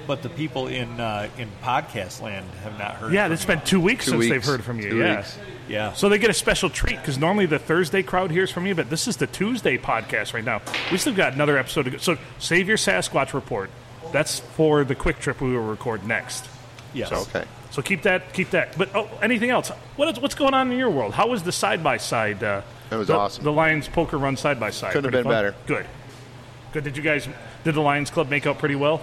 Speaker 1: But the people in uh, in podcast land have not heard.
Speaker 2: Yeah,
Speaker 1: from
Speaker 2: it's been two weeks
Speaker 4: Two
Speaker 2: since they've
Speaker 4: weeks.
Speaker 2: heard from you.
Speaker 4: Two
Speaker 2: yeah.
Speaker 4: weeks.
Speaker 1: you. yeah.
Speaker 2: So they get a special treat because normally the Thursday crowd hears from you, but this is the Tuesday podcast right now. We still got another episode to go. So save your Sasquatch report. That's for the quick trip we will record next.
Speaker 1: Yes.
Speaker 4: Okay.
Speaker 2: So keep that, keep that. But oh, anything else? What is, what's going on in your world? How was the side by side? That
Speaker 4: It was
Speaker 2: the,
Speaker 4: awesome.
Speaker 2: The Lions poker run side by side.
Speaker 4: Couldn't
Speaker 2: Pretty
Speaker 4: have been
Speaker 2: fun?
Speaker 4: better.
Speaker 2: Good, good. Did you guys? Did the Lions Club make out pretty well?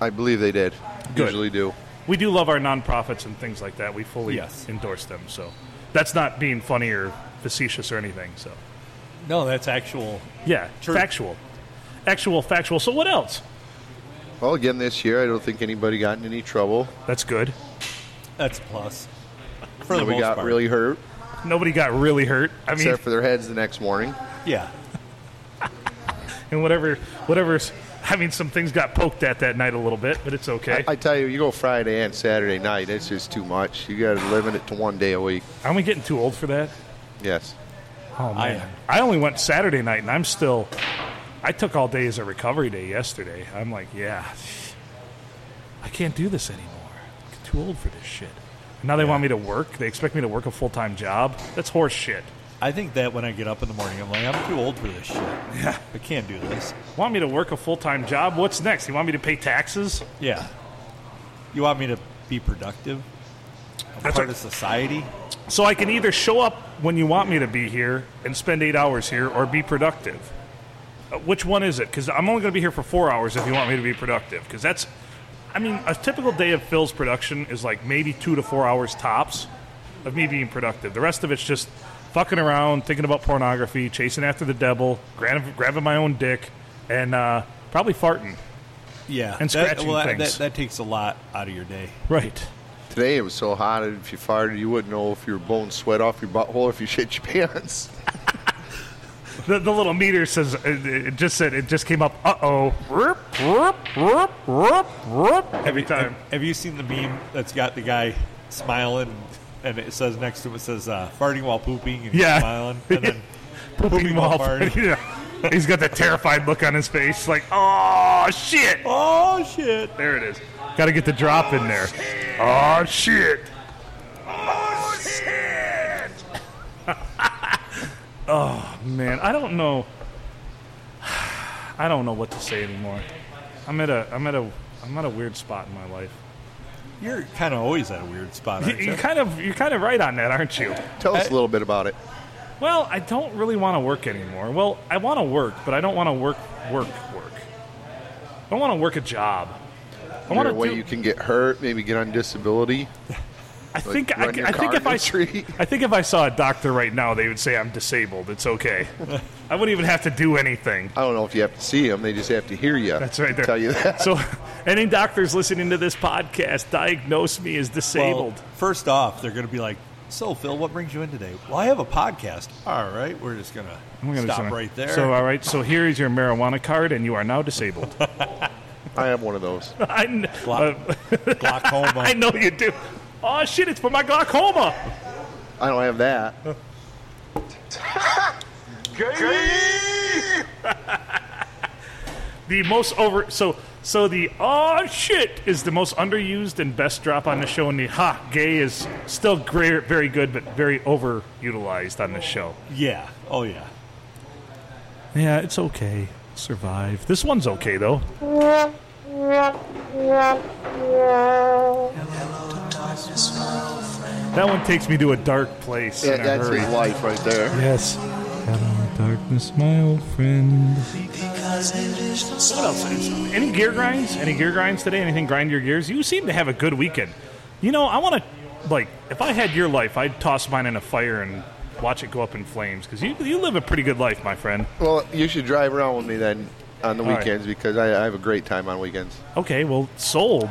Speaker 4: I believe they did.
Speaker 2: Good.
Speaker 4: Usually do.
Speaker 2: we do love our nonprofits and things like that. We fully
Speaker 1: Yes.
Speaker 2: endorse them. So that's not being funny or facetious or anything. So
Speaker 1: No, that's actual.
Speaker 2: yeah,
Speaker 1: True.
Speaker 2: factual. actual factual. So what else?
Speaker 4: Well, again, this year, I don't think anybody got in any trouble.
Speaker 2: That's good.
Speaker 1: That's a plus. For the
Speaker 4: Nobody
Speaker 1: most
Speaker 4: got
Speaker 1: part.
Speaker 4: really hurt,
Speaker 2: Nobody got really hurt. I mean,
Speaker 4: except for their heads the next morning.
Speaker 1: Yeah.
Speaker 2: and whatever, whatever's. I mean, some things got poked at that night a little bit, but it's okay.
Speaker 4: I, I tell you, you go Friday and Saturday night, it's just too much. You got to limit it to one day a week.
Speaker 2: Aren't we getting too old for that?
Speaker 4: Yes.
Speaker 2: Oh
Speaker 1: I-
Speaker 2: man, I, only went Saturday night, and I'm still. I took all day as a recovery day yesterday. I'm like, yeah, I can't do this anymore. I'm too old for this shit. And now they want me to work. They expect me to work a full time job. That's horse shit.
Speaker 1: I think that when I get up in the morning, I'm like, I'm too old for this shit. Yeah. I can't do this.
Speaker 2: Want me to work a full time job? What's next? You want me to pay taxes?
Speaker 1: Yeah. You want me to be productive? A
Speaker 2: That's
Speaker 1: part
Speaker 2: a-
Speaker 1: of society?
Speaker 2: So I can either show up when you want me to be here and spend eight hours here, or be productive. Uh, which one is it? Because I'm only going to be here for four hours if you want me to be productive. Because that's, I mean, a typical day of Phil's production is like maybe two to four hours tops of me being productive. The rest of it's just fucking around, thinking about pornography, chasing after the devil, grab, grabbing my own dick, and uh, probably farting.
Speaker 1: Yeah. that,
Speaker 2: And scratching
Speaker 1: well, that-
Speaker 2: things.
Speaker 1: That, that takes a lot out of your day.
Speaker 2: Right.
Speaker 4: Today it was so hot, if you farted, you wouldn't know if your bones sweat off your butthole or if you shit your pants.
Speaker 2: The, the little meter says uh, it, it just said it just came up. Uh oh. Every time.
Speaker 1: Have you seen the meme that's got the guy smiling and it says next to him, it says uh, farting while pooping and
Speaker 2: Yeah.
Speaker 1: smiling? And then
Speaker 2: Pooping
Speaker 1: while
Speaker 2: while
Speaker 1: farting.
Speaker 2: farting. Yeah. He's got that terrified look on his face, like oh shit.
Speaker 1: Oh shit!
Speaker 2: There it is. Got to get the drop in there. Oh shit.
Speaker 3: Oh, shit!
Speaker 2: Oh, Man, I don't know. I don't know what to say anymore. I'm at a I'm at a I'm at a weird spot in my life.
Speaker 1: You're kind of always at a weird spot.
Speaker 2: You,
Speaker 1: Aren't you?
Speaker 2: you kind of you're kind of right on that, aren't you?
Speaker 4: Tell us a little bit about it.
Speaker 2: Well, I don't really want to work anymore. Well, I want to work, but I don't want to work, work, work. I don't want to work a job. I
Speaker 4: Is there
Speaker 2: want
Speaker 4: a
Speaker 2: to
Speaker 4: way you can get hurt, maybe get on disability?
Speaker 2: I think
Speaker 4: like,
Speaker 2: I,
Speaker 4: run your
Speaker 2: I think
Speaker 4: car
Speaker 2: if
Speaker 4: in
Speaker 2: I
Speaker 4: the tree?
Speaker 2: I think if I saw a doctor right now, they would say I'm disabled. It's okay. I wouldn't even have to do anything.
Speaker 4: I don't know if you have to see them; they just have to hear you.
Speaker 2: That's right there.
Speaker 4: Tell you that.
Speaker 2: So, any doctors listening to this podcast, diagnose me as
Speaker 1: Well,
Speaker 2: disabled.
Speaker 1: first off, they're going to be like, "So Phil, what brings you in today?" Well, I have a podcast. All right, we're just going
Speaker 2: I'm
Speaker 1: to
Speaker 2: gonna
Speaker 1: stop
Speaker 2: say-
Speaker 1: right there.
Speaker 2: So, uh, all right. So here is your marijuana card, and you are now disabled.
Speaker 4: I have one of those.
Speaker 2: I, kn-
Speaker 1: Gla- glaucoma.
Speaker 2: uh, I know you do. Oh shit! It's for my glaucoma.
Speaker 4: I don't have that.
Speaker 2: The most over so so the oh shit is the most underused and best drop on the show, and the ha gay is still great, very good, but very overutilized on this show.
Speaker 1: Yeah. Oh yeah.
Speaker 2: Yeah, it's okay. Survive. This one's okay though. That one takes me to a dark place.
Speaker 4: Yeah,
Speaker 2: in a
Speaker 4: that's
Speaker 2: hurry.
Speaker 4: his life right there.
Speaker 2: Yes. darkness, my old friend. What else? Is- Any gear grinds? Any gear grinds today? Anything grind your gears? You seem to have a good weekend. You know, I want to, like, if I had your life, I'd toss mine in a fire and watch it go up in flames because you, you live a pretty good life, my friend.
Speaker 4: Well, you should drive around with me then on the
Speaker 2: right.
Speaker 4: weekends because I, I have a great time on weekends.
Speaker 2: Okay, well, sold.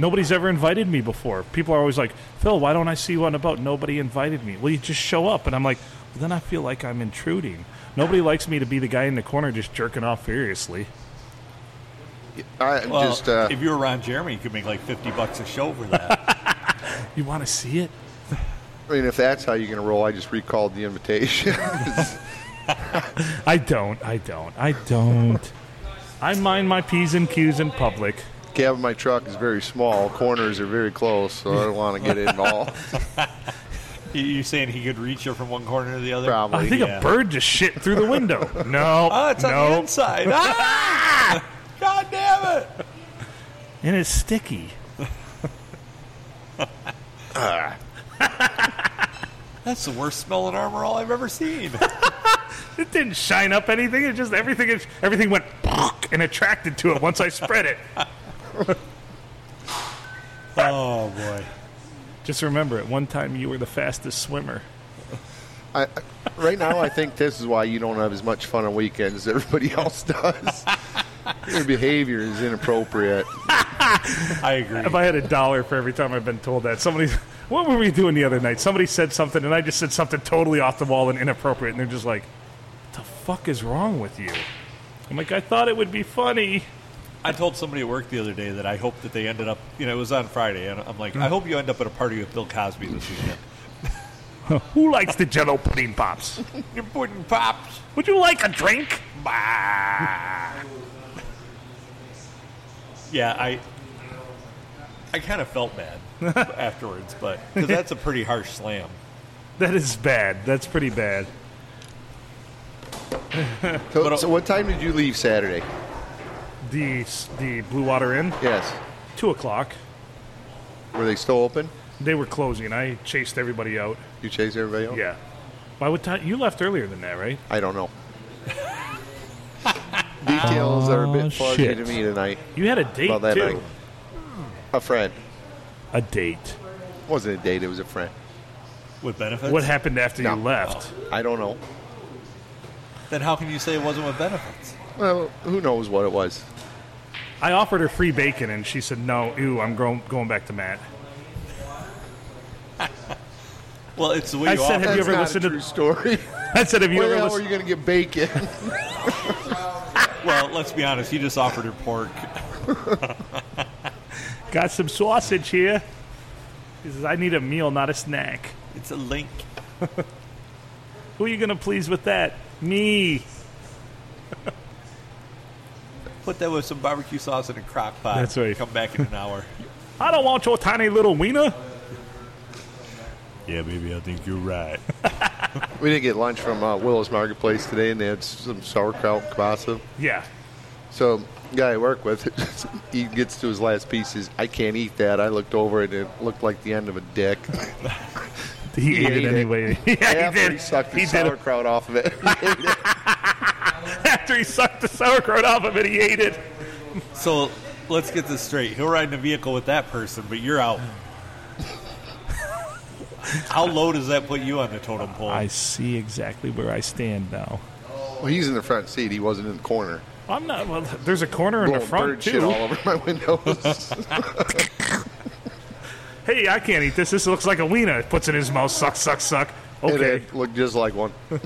Speaker 2: Nobody's ever invited me before. People are always like, Phil, why don't I see one about nobody invited me? Well, you just show up. And I'm like, well, then I feel like I'm intruding. Nobody likes me to be the guy in the corner just jerking off furiously.
Speaker 4: I
Speaker 1: Well,
Speaker 4: just uh,
Speaker 1: if you were Ron Jeremy, you could make like fifty bucks a show for that.
Speaker 2: You want to see it?
Speaker 4: I mean, if that's how you're gonna roll, I just recalled the invitation.
Speaker 2: I don't. I don't. I don't. I mind my P's and Q's in public.
Speaker 4: Cab of my truck is very small. Corners are very close, so I don't want to get in at all.
Speaker 1: You- You're saying he could reach you from one corner to the other?
Speaker 4: Probably.
Speaker 2: I think
Speaker 1: Oh, Yeah.
Speaker 2: a bird just shit through the window. No.
Speaker 1: Oh, it's on the
Speaker 2: no.
Speaker 1: inside. Ah! God damn it!
Speaker 2: And it's sticky.
Speaker 1: That's the worst smelling armor all I've ever seen.
Speaker 2: It didn't shine up anything. It just everything. It, everything went and attracted to it once I spread it.
Speaker 1: oh boy.
Speaker 2: Just remember, at one time you were the fastest swimmer.
Speaker 4: I, I- right now, I think this is why you don't have as much fun on weekends as everybody else does. Your behavior is inappropriate.
Speaker 1: I agree.
Speaker 2: If I had a dollar for every time I've been told that, somebody, what were we doing the other night? Somebody said something, and I just said something totally off the wall and inappropriate, and they're just like, "What the fuck is wrong with you?" I'm like, "I thought it would be funny."
Speaker 1: I told somebody at work the other day that I hope that they ended up, you know, it was on Friday, and I'm like, I hope you end up at a party with Bill Cosby this weekend.
Speaker 2: Who likes the Jello pudding pops?
Speaker 1: You're putting pops.
Speaker 2: Would you like a drink?
Speaker 1: Yeah, I, I kind of felt bad afterwards, but because that's a pretty harsh slam.
Speaker 2: That is bad. That's pretty bad.
Speaker 4: So,
Speaker 1: But-
Speaker 4: so what time did you leave Saturday?
Speaker 2: The the Blue Water Inn,
Speaker 4: Yes.
Speaker 2: two o'clock.
Speaker 4: Were they still open?
Speaker 2: They were closing. I chased everybody out.
Speaker 4: You chased everybody out?
Speaker 2: Yeah. Why would Todd? You left earlier than that, right?
Speaker 4: I don't know. Details are a
Speaker 2: Oh,
Speaker 4: bit fuzzy
Speaker 2: shit.
Speaker 4: to me tonight.
Speaker 2: You had a date
Speaker 4: About that
Speaker 2: too.
Speaker 4: night. A friend.
Speaker 2: A date.
Speaker 4: wasn't a date, it was a friend.
Speaker 1: With benefits?
Speaker 2: What happened after
Speaker 4: No.
Speaker 2: you left?
Speaker 4: I don't know.
Speaker 1: Then how can you say it wasn't with benefits?
Speaker 4: Well, who knows what it was?
Speaker 2: I offered her free bacon, and she said, "No, ew, I'm gro- going back to Matt."
Speaker 1: Well, it's the way
Speaker 2: I
Speaker 1: you
Speaker 2: said,
Speaker 1: offer
Speaker 2: have
Speaker 4: That's
Speaker 2: you ever
Speaker 4: not
Speaker 2: listened
Speaker 4: a
Speaker 2: to-
Speaker 4: true story.
Speaker 2: I said, "Have you
Speaker 4: Where the
Speaker 2: ever
Speaker 4: hell are
Speaker 2: listened?"
Speaker 4: you going to get bacon?
Speaker 1: Well, let's be honest. He just offered her pork.
Speaker 2: Got some sausage here. He says, "I need a meal, not a snack."
Speaker 1: It's a link.
Speaker 2: Who are you going to please with that? Me.
Speaker 1: Put that with some barbecue sauce in a crock pot.
Speaker 2: That's right.
Speaker 1: Come back in an hour.
Speaker 2: I don't want your tiny little wiener.
Speaker 1: yeah, baby, I think you're right.
Speaker 4: we did get lunch from uh, Willow's Marketplace today, and they had some sauerkraut kvasa.
Speaker 2: Yeah.
Speaker 4: So, guy I work with, he gets to his last piece. He's, I can't eat that. I looked over it, and it looked like the end of a dick.
Speaker 2: He, ate,
Speaker 4: ate
Speaker 2: it
Speaker 4: it.
Speaker 2: anyway. yeah,
Speaker 4: After he sucked the
Speaker 2: he did.
Speaker 4: sauerkraut off of it.
Speaker 2: After he sucked the sauerkraut off of it, he ate it.
Speaker 1: So let's get this straight. He'll ride in a vehicle with that person, but you're out. How low does that put you on the totem pole?
Speaker 2: I see exactly where I stand now.
Speaker 4: well, he's in the front seat. He wasn't in the corner.
Speaker 2: I'm not. Well, there's a corner in the
Speaker 4: Blowing
Speaker 2: front
Speaker 4: bird shit
Speaker 2: too.
Speaker 4: all over my windows.
Speaker 2: Hey, I can't eat this. This looks like a wiener. Puts in his mouth. Suck, suck, suck.
Speaker 4: And
Speaker 2: Okay.
Speaker 4: it looked just like one.
Speaker 1: you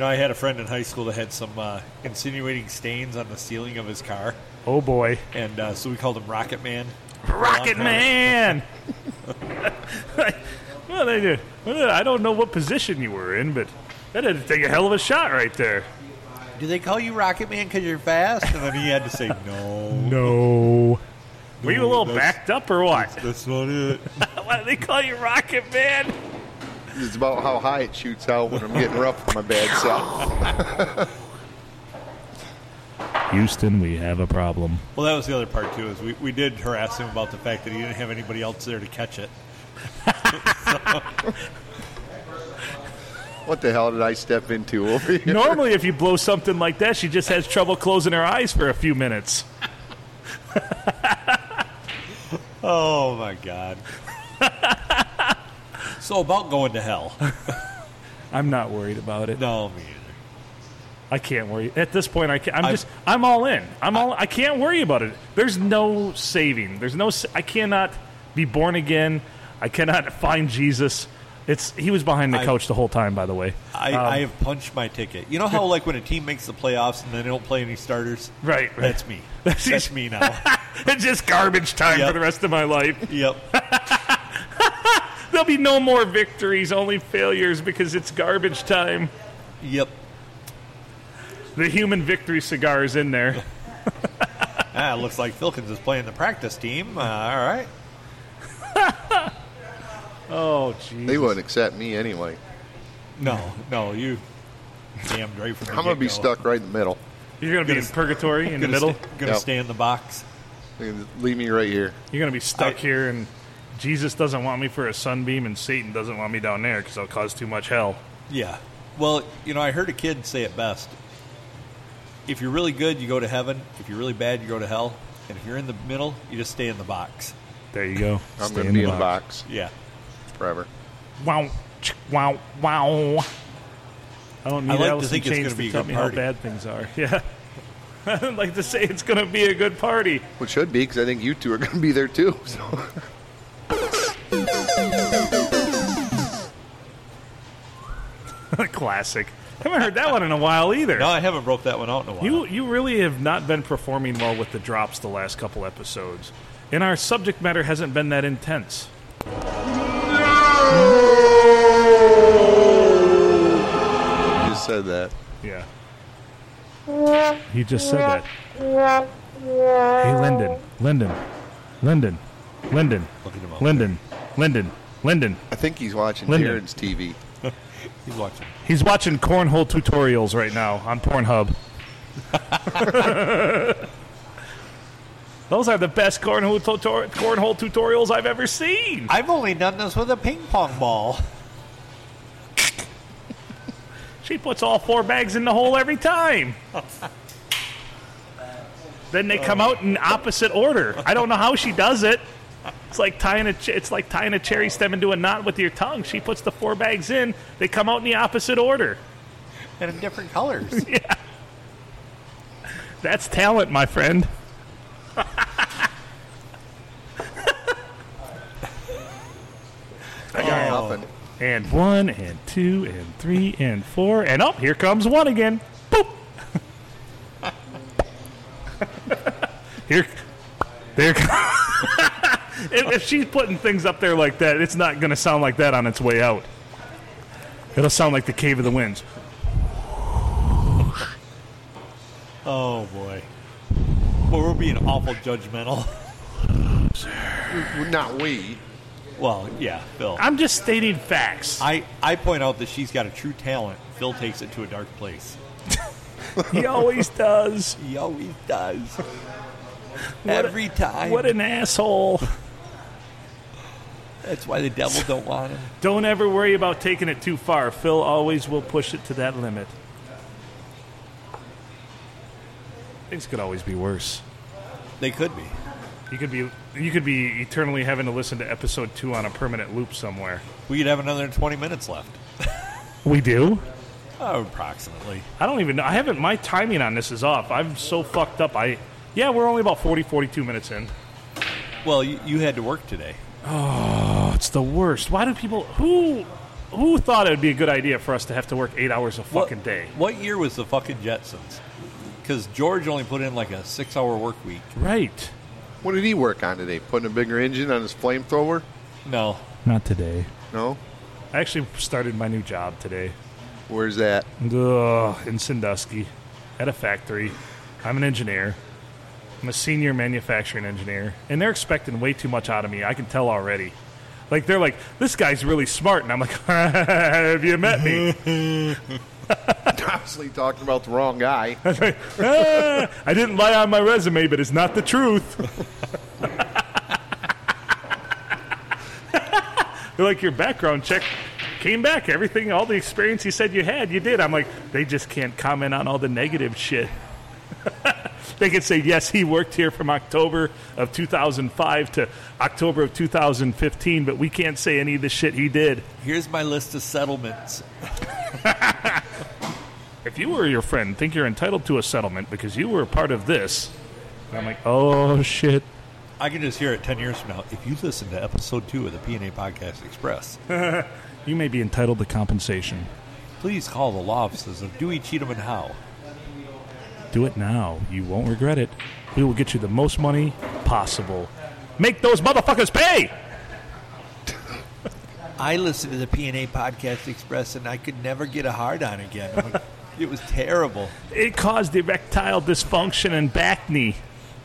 Speaker 1: know, I had a friend in high school that had some uh, insinuating stains on the ceiling of his car,
Speaker 2: Oh boy.
Speaker 1: and uh, so we called him Rocket Man.
Speaker 2: Rocket Man. well, they did. Well, I don't know what position you were in, but that had to take a hell of a shot right there.
Speaker 1: Do they call you Rocket Man because you're fast? And then he had to say no.
Speaker 2: No. Were you a little
Speaker 1: No, that's-
Speaker 2: backed up or what?
Speaker 1: That's not it.
Speaker 2: Why do they call you Rocket Man?
Speaker 4: It's about how high it shoots out when I'm getting rough with my bad self.
Speaker 2: Houston, we have a problem.
Speaker 1: Well, that was the other part too. Is we, we did harass him about the fact that he didn't have anybody else there to catch it.
Speaker 4: What the hell did I step into over here?
Speaker 2: Normally, if you blow something like that, she just has trouble closing her eyes for a few minutes.
Speaker 1: Oh my god. so about going to hell?
Speaker 2: I'm not worried about it.
Speaker 1: No, me either.
Speaker 2: I can't worry. At this point, I can't, I'm
Speaker 1: I-
Speaker 2: just I'm all in. I'm all I can't worry about it. There's no saving. There's no sa- I cannot be born again. I cannot find Jesus. It's he was behind the
Speaker 1: I-
Speaker 2: couch the whole time by the way.
Speaker 1: I,
Speaker 2: Um,
Speaker 1: I have punched my ticket. You know how like when a team makes the playoffs and they don't play any starters?
Speaker 2: Right, right.
Speaker 1: That's me. That's me now.
Speaker 2: it's just garbage time
Speaker 1: Yep.
Speaker 2: for the rest of my life.
Speaker 1: yep.
Speaker 2: There'll be no more victories, only failures because it's garbage time.
Speaker 1: Yep.
Speaker 2: The human victory cigar is in there.
Speaker 1: Ah, looks like Filkins is playing the practice team. Uh, all right.
Speaker 2: Oh jeez.
Speaker 4: They wouldn't accept me anyway.
Speaker 1: No, no, you. Damn, right from the
Speaker 4: I'm going to be
Speaker 1: get-go.
Speaker 4: stuck right in the middle.
Speaker 2: You're going to be in purgatory in the
Speaker 1: Gonna
Speaker 2: middle.
Speaker 1: sta- gonna
Speaker 4: Yep.
Speaker 1: stay in the box.
Speaker 4: They're gonna Leave me right here.
Speaker 2: You're going to be stuck
Speaker 1: I-
Speaker 2: here, and Jesus doesn't want me for a sunbeam, and Satan doesn't want me down there because I'll cause too much hell.
Speaker 1: Yeah. Well, you know, I heard a kid say it best. If you're really good, you go to heaven. If you're really bad, you go to hell. And if you're in the middle, you just stay in the box.
Speaker 2: There you go.
Speaker 4: I'm
Speaker 2: Stay
Speaker 4: going to be in the box
Speaker 1: Yeah.
Speaker 4: forever.
Speaker 2: Wow, chick, wow, wow. I don't need
Speaker 1: I like to
Speaker 2: Alice in
Speaker 1: think it's
Speaker 2: Chains
Speaker 1: gonna be a
Speaker 2: tell
Speaker 1: good
Speaker 2: me
Speaker 1: party.
Speaker 2: how bad things are. Yeah. I'd like to say it's going to be a good party.
Speaker 4: Well, it should be because I think you two are going to be there too. So
Speaker 2: Classic. Haven't heard that one in a while either.
Speaker 1: No, I haven't broke that one out in a while.
Speaker 2: You you really have not been performing well with the drops the last couple episodes, and our subject matter hasn't been that intense.
Speaker 4: I just said that.
Speaker 2: Yeah. He just said that. Hey, Lyndon, Lyndon, Lyndon, Lyndon,
Speaker 1: Looking him up.
Speaker 2: Lyndon, Lyndon, Lyndon.
Speaker 4: I think he's watching
Speaker 2: Lyndon.
Speaker 4: Darren's TV.
Speaker 1: He's watching.
Speaker 2: He's watching cornhole tutorials right now on Pornhub. Those are the best cornhole, tutor- cornhole tutorials I've ever seen.
Speaker 1: I've only done this with a ping pong ball.
Speaker 2: She puts all four bags in the hole every time. then they come out in opposite order. I don't know how she does it. It's like tying a ch- it's like tying a cherry stem into a knot with your tongue. She puts the four bags in. They come out in the opposite order.
Speaker 1: And in different colors.
Speaker 2: That's talent, my friend.
Speaker 4: I got nothing.
Speaker 2: Oh. And one, and two, and three, and four, and oh, here comes one again. Boop. here, there. if, if she's putting things up there like that, it's not going to sound like that on its way out. It'll sound like the cave of the winds.
Speaker 1: oh, boy. Well, we're being awful judgmental.
Speaker 4: Well, Not we.
Speaker 1: Well, yeah, Phil.
Speaker 2: I'm just stating facts.
Speaker 1: I, I point out that she's got a true talent. Phil takes it to a dark place.
Speaker 2: He always does.
Speaker 1: He always does. Every time.
Speaker 2: What an asshole.
Speaker 1: That's why the devil don't want him.
Speaker 2: Don't ever worry about taking it too far. Phil always will push it to that limit. Things could always be worse.
Speaker 1: They could be.
Speaker 2: You could be you could be eternally having to listen to episode 2 on a permanent loop somewhere.
Speaker 1: We could have another 20 minutes left.
Speaker 2: We do?
Speaker 1: Oh, approximately.
Speaker 2: I don't even know. I haven't my timing on this is off. I'm so fucked up. I Yeah, we're only about 40 42 minutes in.
Speaker 1: Well, you, you had to work today.
Speaker 2: Oh, it's the worst. Why do people who who thought it would be a good idea for us to have to work 8 hours a fucking
Speaker 1: what,
Speaker 2: day?
Speaker 1: What year was the fucking Jetsons? Because George only put in like a six hour work week.
Speaker 2: Right.
Speaker 4: What did he work on today? Putting a bigger engine on his flamethrower?
Speaker 1: No.
Speaker 2: Not today.
Speaker 4: No.
Speaker 2: I actually started my new job today.
Speaker 4: Where's that?
Speaker 2: Ugh, in Sandusky, at a factory. I'm an engineer. I'm a senior manufacturing engineer, and they're expecting way too much out of me. I can tell already. Like they're like, this guy's really smart, and I'm like, have you met me?
Speaker 4: Obviously talking about the wrong guy.
Speaker 2: Ah, I didn't lie on my resume, but it's not the truth. They're like, your background check came back. Everything, all the experience you said you had, you did. I'm like, they just can't comment on all the negative shit. they can say, yes, he worked here from October of 2005 to October of 2015, but we can't say any of the shit he did.
Speaker 1: Here's my list of settlements.
Speaker 2: if you or your friend think you're entitled to a settlement because you were a part of this, and I'm like, oh shit.
Speaker 1: I can just hear it 10 years from now. If you listen to episode two of the PNA Podcast Express,
Speaker 2: You may be entitled to compensation.
Speaker 1: please call the law offices of Dewey, Cheatham, and Howe.
Speaker 2: Do it now. You won't regret it. We will get you the most money possible. Make those motherfuckers pay!
Speaker 1: I listened to the PNA Podcast Express and I could never get a hard on again. it was terrible.
Speaker 2: It caused erectile dysfunction and back knee.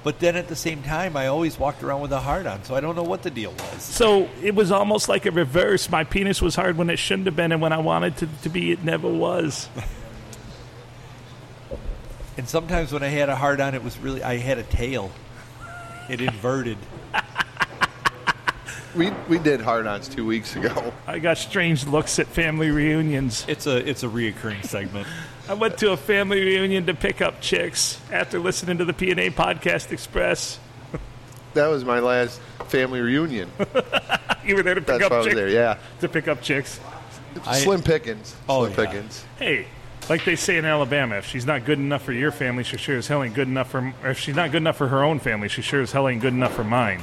Speaker 1: But then at the same time, I always walked around with a hard on, so I don't know what the deal was.
Speaker 2: So it was almost like a reverse. My penis was hard when it shouldn't have been, and when I wanted to, to be, it never was.
Speaker 1: And sometimes when I had a hard on, it was really, I had a tail. It inverted.
Speaker 4: We we did hard ons two weeks ago.
Speaker 2: I got strange looks at family reunions.
Speaker 1: It's a it's a reoccurring segment.
Speaker 2: I went to a family reunion to pick up chicks after listening to the PNA Podcast Express.
Speaker 4: That was my last family reunion.
Speaker 2: You were there to pick
Speaker 4: That's why I
Speaker 2: up
Speaker 4: was
Speaker 2: chicks.
Speaker 4: there. Yeah.
Speaker 2: To pick up chicks.
Speaker 1: I-
Speaker 4: Slim Pickens.
Speaker 1: Oh,
Speaker 4: Slim
Speaker 1: yeah.
Speaker 4: Pickens.
Speaker 2: Hey, Like they say in Alabama, if she's not good enough for your family, she sure as hell ain't good enough for. Or if she's not good enough for her own family, she sure as hell ain't good enough for mine.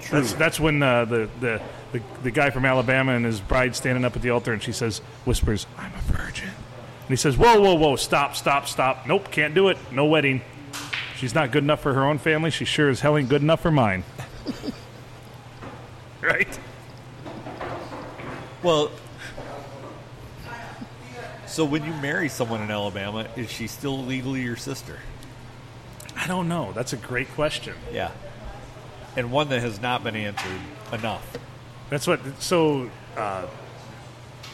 Speaker 2: True. That's, that's when uh, the, the the the guy from Alabama and his bride standing up at the altar, and she says, whispers, "I'm a virgin," and he says, "Whoa, whoa, whoa, stop, stop, stop! Nope, can't do it. No wedding. She's not good enough for her own family. She sure as hell ain't good enough for mine." right?
Speaker 1: Well, so when you marry someone in Alabama, is she still legally your sister?
Speaker 2: I don't know. That's a great question.
Speaker 1: Yeah. And one that has not been answered enough.
Speaker 2: That's what. So uh,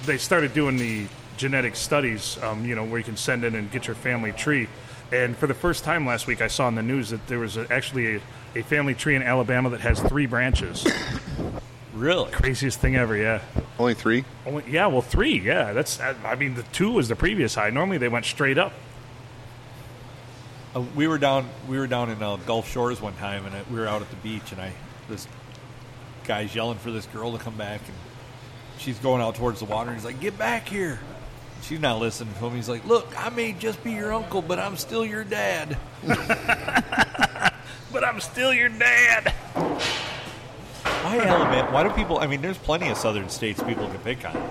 Speaker 2: they started doing the genetic studies, um, you know, where you can send in and get your family tree. And for the first time last week, I saw in the news that there was a, actually a, a family tree in Alabama that has three branches.
Speaker 1: Really?
Speaker 2: Craziest thing ever, yeah.
Speaker 4: Only three?
Speaker 2: Only, yeah, well, three, yeah. That's. I, I mean, the two was the previous high. Normally they went straight up.
Speaker 1: Uh, we were down. We were down in uh, Gulf Shores one time, and I, we were out at the beach, and I this guy's yelling for this girl to come back, and she's going out towards the water, and he's like, "Get back here!" She's not listening to him. He's like, "Look, I may just be your uncle, but I'm still your dad."
Speaker 2: But I'm still your dad.
Speaker 1: Why Alabama? Why do people? I mean, there's plenty of Southern states people can pick on.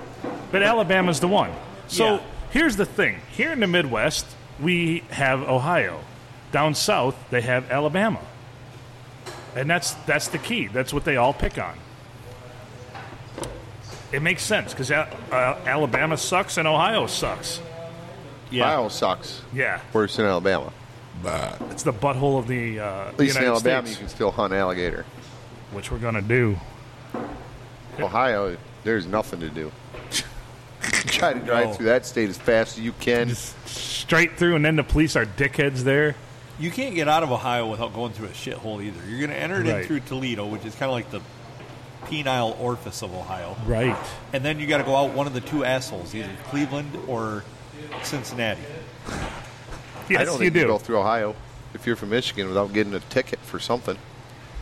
Speaker 2: But Alabama's the one. So
Speaker 1: Yeah.
Speaker 2: here's the thing: here in the Midwest, we have Ohio. Down south, they have Alabama, and that's that's the key. That's what they all pick on. It makes sense because uh, Alabama sucks and Ohio sucks.
Speaker 1: Yeah.
Speaker 4: Ohio sucks.
Speaker 2: Yeah,
Speaker 4: Worse than Alabama.
Speaker 2: it's the butthole of the uh,
Speaker 4: At least
Speaker 2: United
Speaker 4: in Alabama,
Speaker 2: States,
Speaker 4: you can still hunt alligator.
Speaker 2: which we're gonna do.
Speaker 4: Ohio, there's nothing to do. Try to drive
Speaker 1: No.
Speaker 4: through that state as fast as you can.
Speaker 2: Straight through, and then the police are dickheads there.
Speaker 1: You can't get out of Ohio without going through a shithole either. You're going to enter it
Speaker 2: Right.
Speaker 1: in through Toledo, which is kind of like the penile orifice of Ohio,
Speaker 2: Right.
Speaker 1: and then you got to go out one of the two assholes, either Cleveland or Cincinnati.
Speaker 2: Yes,
Speaker 4: I don't
Speaker 2: you
Speaker 4: think
Speaker 2: do.
Speaker 4: go through Ohio if you're from Michigan without getting a ticket for something.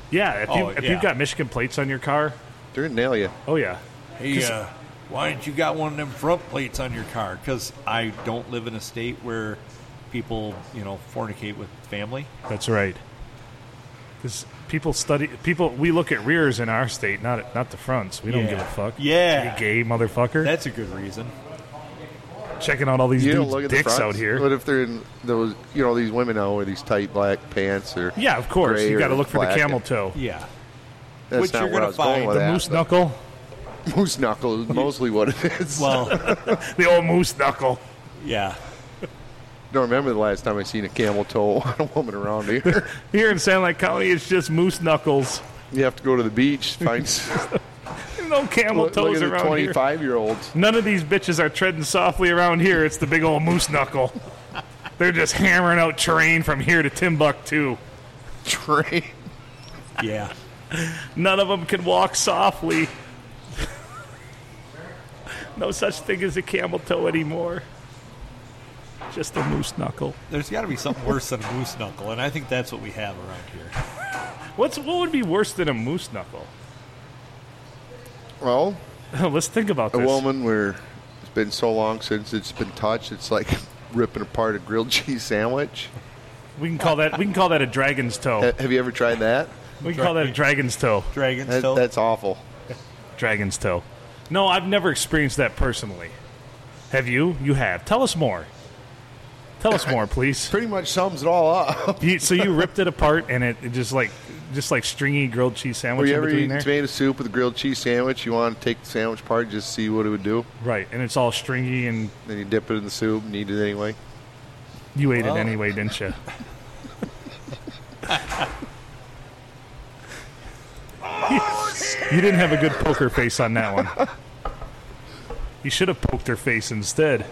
Speaker 2: Yeah, if, you,
Speaker 1: Oh,
Speaker 2: if
Speaker 1: yeah.
Speaker 2: you've got Michigan plates on your car,
Speaker 4: They're gonna nail you.
Speaker 2: oh yeah.
Speaker 1: Hey, uh, why didn't you got one of them front plates on your car? Because I don't live in a state where people, you know, fornicate with family.
Speaker 2: That's right. Because people study people. We look at rears in our state, not at, not the fronts. We don't
Speaker 1: Yeah.
Speaker 2: give a fuck.
Speaker 1: Yeah.
Speaker 2: you gay motherfucker.
Speaker 1: That's a good reason.
Speaker 2: Checking out all these
Speaker 4: You don't
Speaker 2: dudes'
Speaker 4: look at the
Speaker 2: dicks out
Speaker 4: fronts.
Speaker 2: here.
Speaker 4: What if they're in those? You know, these women now wear these tight black pants or
Speaker 2: yeah, of course.
Speaker 4: gray
Speaker 2: You got to
Speaker 4: or
Speaker 2: look for the
Speaker 4: black.
Speaker 2: camel toe,
Speaker 1: Yeah.
Speaker 4: That's
Speaker 1: Which
Speaker 4: not
Speaker 1: you're
Speaker 4: where
Speaker 1: gonna
Speaker 4: I was going
Speaker 1: find.
Speaker 4: with
Speaker 1: The
Speaker 4: that,
Speaker 2: moose
Speaker 4: but-
Speaker 2: knuckle,
Speaker 4: Moose knuckle is mostly what it is.
Speaker 1: Well,
Speaker 2: the old moose knuckle.
Speaker 1: yeah.
Speaker 4: I don't remember the last time I seen a camel toe on a woman around here.
Speaker 2: Here in San Lake County, it's just moose knuckles.
Speaker 4: you have to go to the beach, find s-
Speaker 2: There's no camel
Speaker 4: look,
Speaker 2: toes
Speaker 4: look at the
Speaker 2: around here.
Speaker 4: twenty-five year olds.
Speaker 2: None of these bitches are treading softly around here. It's the big old moose knuckle. They're just hammering out terrain from here to Timbuktu.
Speaker 4: Train.
Speaker 1: Yeah.
Speaker 2: None of them can walk softly. no such thing as a camel toe anymore. Just a moose knuckle.
Speaker 1: There's got to be something worse than a moose knuckle, and I think that's what we have around here.
Speaker 2: What's what would be worse than a moose knuckle?
Speaker 4: Well,
Speaker 2: Let's think about
Speaker 4: a
Speaker 2: this.
Speaker 4: woman where it's been so long since it's been touched, it's like ripping apart a grilled cheese sandwich.
Speaker 2: We can call that we can call that a dragon's toe.
Speaker 4: Ha- Have you ever tried that?
Speaker 2: We can call that a dragon's toe.
Speaker 1: Dragon's
Speaker 4: That-
Speaker 1: toe.
Speaker 4: That's awful.
Speaker 2: Dragon's toe. No, I've never experienced that personally. Have you? You have. Tell us more. Tell us more, please.
Speaker 4: Pretty much sums it all up.
Speaker 2: You, so you ripped it apart and it, it just like just like stringy grilled cheese
Speaker 4: Were
Speaker 2: sandwich
Speaker 4: you
Speaker 2: in
Speaker 4: ever
Speaker 2: between
Speaker 4: eating
Speaker 2: there.
Speaker 4: tomato soup with a grilled cheese sandwich? You want to take the sandwich apart just see what it would do?
Speaker 2: Right, and it's all stringy, and
Speaker 4: Then you dip it in the soup and eat it anyway.
Speaker 2: you ate
Speaker 4: Oh.
Speaker 1: Wow.
Speaker 2: it anyway, didn't you? you didn't have a good poker face on that one. You should have poked her face instead.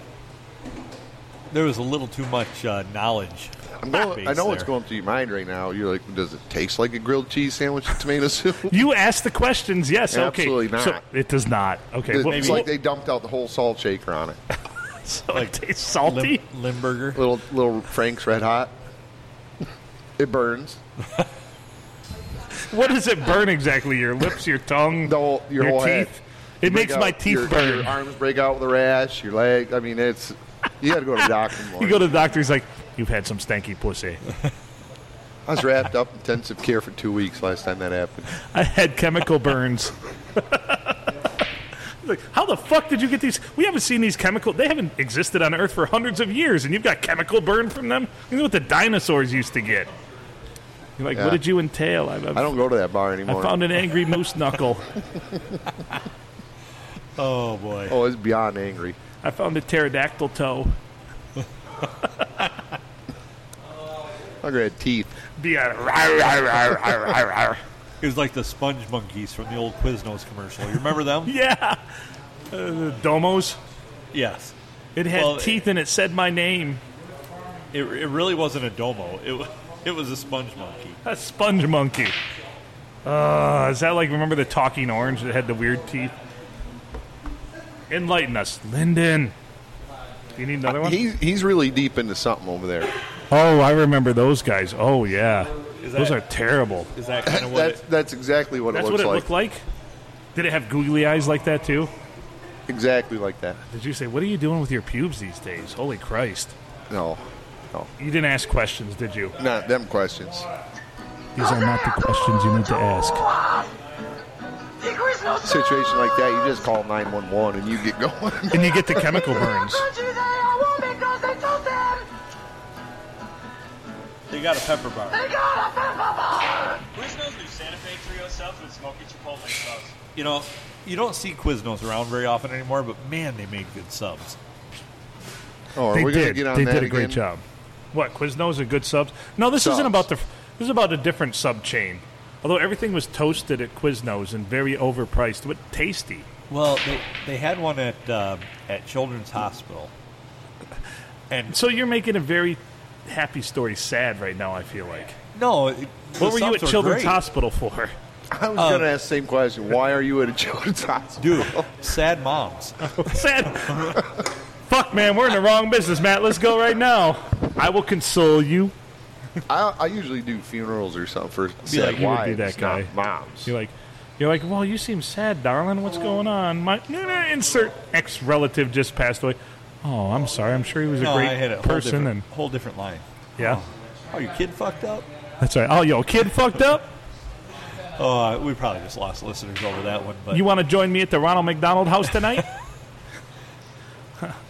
Speaker 1: there was a little too much uh, knowledge.
Speaker 4: I'm going,
Speaker 1: base
Speaker 4: I know what's
Speaker 1: there.
Speaker 4: going through your mind right now. You're like, does it taste like a grilled cheese sandwich with tomato soup?
Speaker 2: You asked the questions, yes, okay.
Speaker 4: Absolutely not.
Speaker 2: So it does not. Okay,
Speaker 4: it's
Speaker 2: well,
Speaker 4: like they dumped out the whole salt shaker on it.
Speaker 2: so
Speaker 1: like
Speaker 2: it tastes
Speaker 1: Lim-
Speaker 2: salty.
Speaker 1: Limburger.
Speaker 4: Little little Frank's Red Hot. It burns.
Speaker 2: What does it burn exactly? Your lips, your tongue,
Speaker 4: The whole- your whole head.
Speaker 2: teeth. It
Speaker 4: Break
Speaker 2: makes my
Speaker 4: out-
Speaker 2: teeth
Speaker 4: your-
Speaker 2: burn.
Speaker 4: Your arms break out with a rash. Your leg. I mean, it's You got to go to the doctor. in the
Speaker 2: You
Speaker 4: morning.
Speaker 2: go to the doctor, he's like, You've had some stanky pussy.
Speaker 4: I was wrapped up in intensive care for two weeks last time that happened.
Speaker 2: I had chemical burns. like, how the fuck did you get these? We haven't seen these chemical. They haven't existed on Earth for hundreds of years, and you've got chemical burn from them. You know what the dinosaurs used to get? You're like,
Speaker 4: Yeah.
Speaker 2: what did you entail? I've, I've,
Speaker 4: I don't go to that bar
Speaker 2: I
Speaker 4: anymore.
Speaker 2: found an angry moose knuckle.
Speaker 1: Oh boy.
Speaker 4: oh, it's beyond angry.
Speaker 2: I found a pterodactyl toe.
Speaker 4: I had teeth.
Speaker 2: Be a
Speaker 1: It was like the sponge monkeys from the old Quiznos commercial. You remember them?
Speaker 2: yeah, uh, domos.
Speaker 1: yes.
Speaker 2: It had
Speaker 1: Well,
Speaker 2: teeth and it said my name.
Speaker 1: It, it really wasn't a domo. It wa- it was a sponge monkey.
Speaker 2: A sponge monkey. Uh, is that like remember the talking orange that had the weird teeth? Enlighten us, Lyndon. Do you need another one?
Speaker 4: He's, he's really deep into something over there.
Speaker 2: Oh, I remember those guys. Oh yeah,
Speaker 1: Is
Speaker 2: those
Speaker 1: that-
Speaker 2: are terrible.
Speaker 1: Is that kind of what?
Speaker 4: That's,
Speaker 1: it,
Speaker 4: that's exactly what
Speaker 2: That's
Speaker 4: it
Speaker 2: what
Speaker 4: looks
Speaker 2: it
Speaker 4: like.
Speaker 2: looked like. Did it have googly eyes like that too?
Speaker 4: Exactly like that.
Speaker 2: Did you say what are you doing with your pubes these days? Holy Christ!
Speaker 4: No, no,
Speaker 2: You didn't ask questions, did you?
Speaker 4: not them questions.
Speaker 2: These are not the questions you need to ask.
Speaker 4: Situation like that, you just call 911 and you get going.
Speaker 2: And you get the chemical burns.
Speaker 1: they got a pepper bar.
Speaker 6: Quiznos new Santa Fe Trio subs with smoky chipotle sauce.
Speaker 1: You know, you don't see Quiznos around very often anymore, but man, they made good subs.
Speaker 4: Oh, are
Speaker 2: They
Speaker 4: we gonna
Speaker 2: did.
Speaker 4: get on
Speaker 2: they
Speaker 4: that
Speaker 2: did a great
Speaker 4: again?
Speaker 2: job. What Quiznos are good subs? No, this
Speaker 4: Subs.
Speaker 2: isn't about the. This is about a different sub chain. Although everything was toasted at Quiznos and very overpriced, but tasty.
Speaker 1: Well, they, they had one at uh, at Children's Hospital. And
Speaker 2: So you're making a very happy story sad right now. I feel like.
Speaker 1: no, it- the
Speaker 2: what were you
Speaker 1: subs
Speaker 2: at Children's
Speaker 1: great.
Speaker 2: Hospital for?
Speaker 4: I was gonna ask the same question. Why are you at a children's hospital?
Speaker 1: Um, Dude, Oh, sad moms.
Speaker 2: sad. Fuck, man, we're in the wrong business, Matt. Let's go right now. I will console you.
Speaker 4: I, I usually do funerals or something for
Speaker 1: like,
Speaker 4: sad
Speaker 1: you
Speaker 2: would be
Speaker 4: wives,
Speaker 2: that guy.
Speaker 4: not moms.
Speaker 2: You're like, you're like, well, you seem sad, darling. What's going on? My no, no, insert ex relative just passed away. Oh, I'm sorry. I'm sure he was a
Speaker 1: No,
Speaker 2: great
Speaker 1: I had a whole
Speaker 2: person,
Speaker 1: different,
Speaker 2: and
Speaker 1: whole different line.
Speaker 2: yeah,
Speaker 1: Oh, your kid fucked up?
Speaker 2: that's right. Oh, yo, kid, fucked up.
Speaker 1: Oh, we probably just lost listeners over that one. But
Speaker 2: You want to join me at the Ronald McDonald House tonight?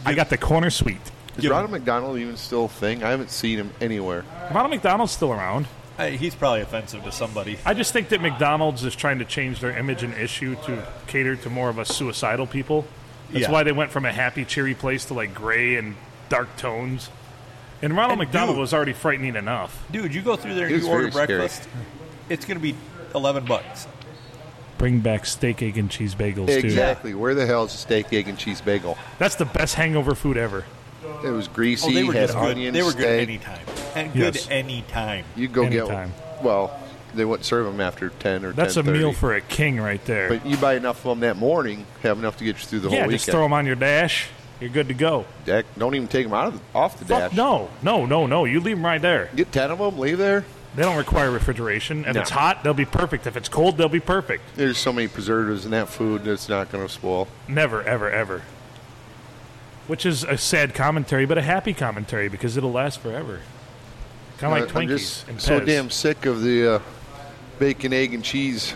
Speaker 2: I got the corner suite.
Speaker 4: Is Ronald McDonald even still a thing? I haven't seen him anywhere.
Speaker 2: Ronald McDonald's still around.
Speaker 1: Hey, he's probably offensive to somebody.
Speaker 2: I just think that McDonald's is trying to change their image and issue to cater to more of a suicidal people. That's
Speaker 1: Yeah.
Speaker 2: why they went from a happy, cheery place to like gray and dark tones. And Ronald
Speaker 1: And
Speaker 2: McDonald
Speaker 1: dude-
Speaker 2: was already frightening enough.
Speaker 1: Dude, you go through there
Speaker 4: It
Speaker 1: and
Speaker 4: was
Speaker 1: you order
Speaker 4: very scary.
Speaker 1: breakfast. It's going to be eleven bucks.
Speaker 2: Bring back steak, egg, and cheese bagels,
Speaker 4: Exactly. Where the hell is a steak, egg, and cheese bagel?
Speaker 2: too. That's the best hangover food ever.
Speaker 4: It was greasy.
Speaker 1: Oh, they were
Speaker 4: had
Speaker 1: just good.
Speaker 4: onions,
Speaker 1: They were
Speaker 4: steak.
Speaker 1: good any time and good
Speaker 2: Yes.
Speaker 1: any time.
Speaker 4: You go
Speaker 2: Anytime.
Speaker 4: get well. They wouldn't serve them after ten or
Speaker 2: That's a
Speaker 4: 10:30.
Speaker 2: meal for a king right there.
Speaker 4: But you buy enough of them that morning, have enough to get you through the
Speaker 2: yeah,
Speaker 4: whole
Speaker 2: just
Speaker 4: weekend.
Speaker 2: throw them on your dash. You're good to go.
Speaker 4: Deck, don't even take them out of the, off the
Speaker 2: Fuck
Speaker 4: dash.
Speaker 2: no, no, no, no. You leave them right there.
Speaker 4: Get ten of them, leave there.
Speaker 2: They don't require refrigeration. If
Speaker 4: No.
Speaker 2: it's hot, they'll be perfect. If it's cold, they'll be perfect.
Speaker 4: There's so many preservatives in that food that's not going to spoil.
Speaker 2: Never, ever, ever. Which is a sad commentary, but a happy commentary because it'll last forever. Kind of like
Speaker 4: I- Uh, I'm
Speaker 2: Twinkies
Speaker 4: just
Speaker 2: and
Speaker 4: so
Speaker 2: Pez.
Speaker 4: damn sick of the uh, bacon, egg, and cheese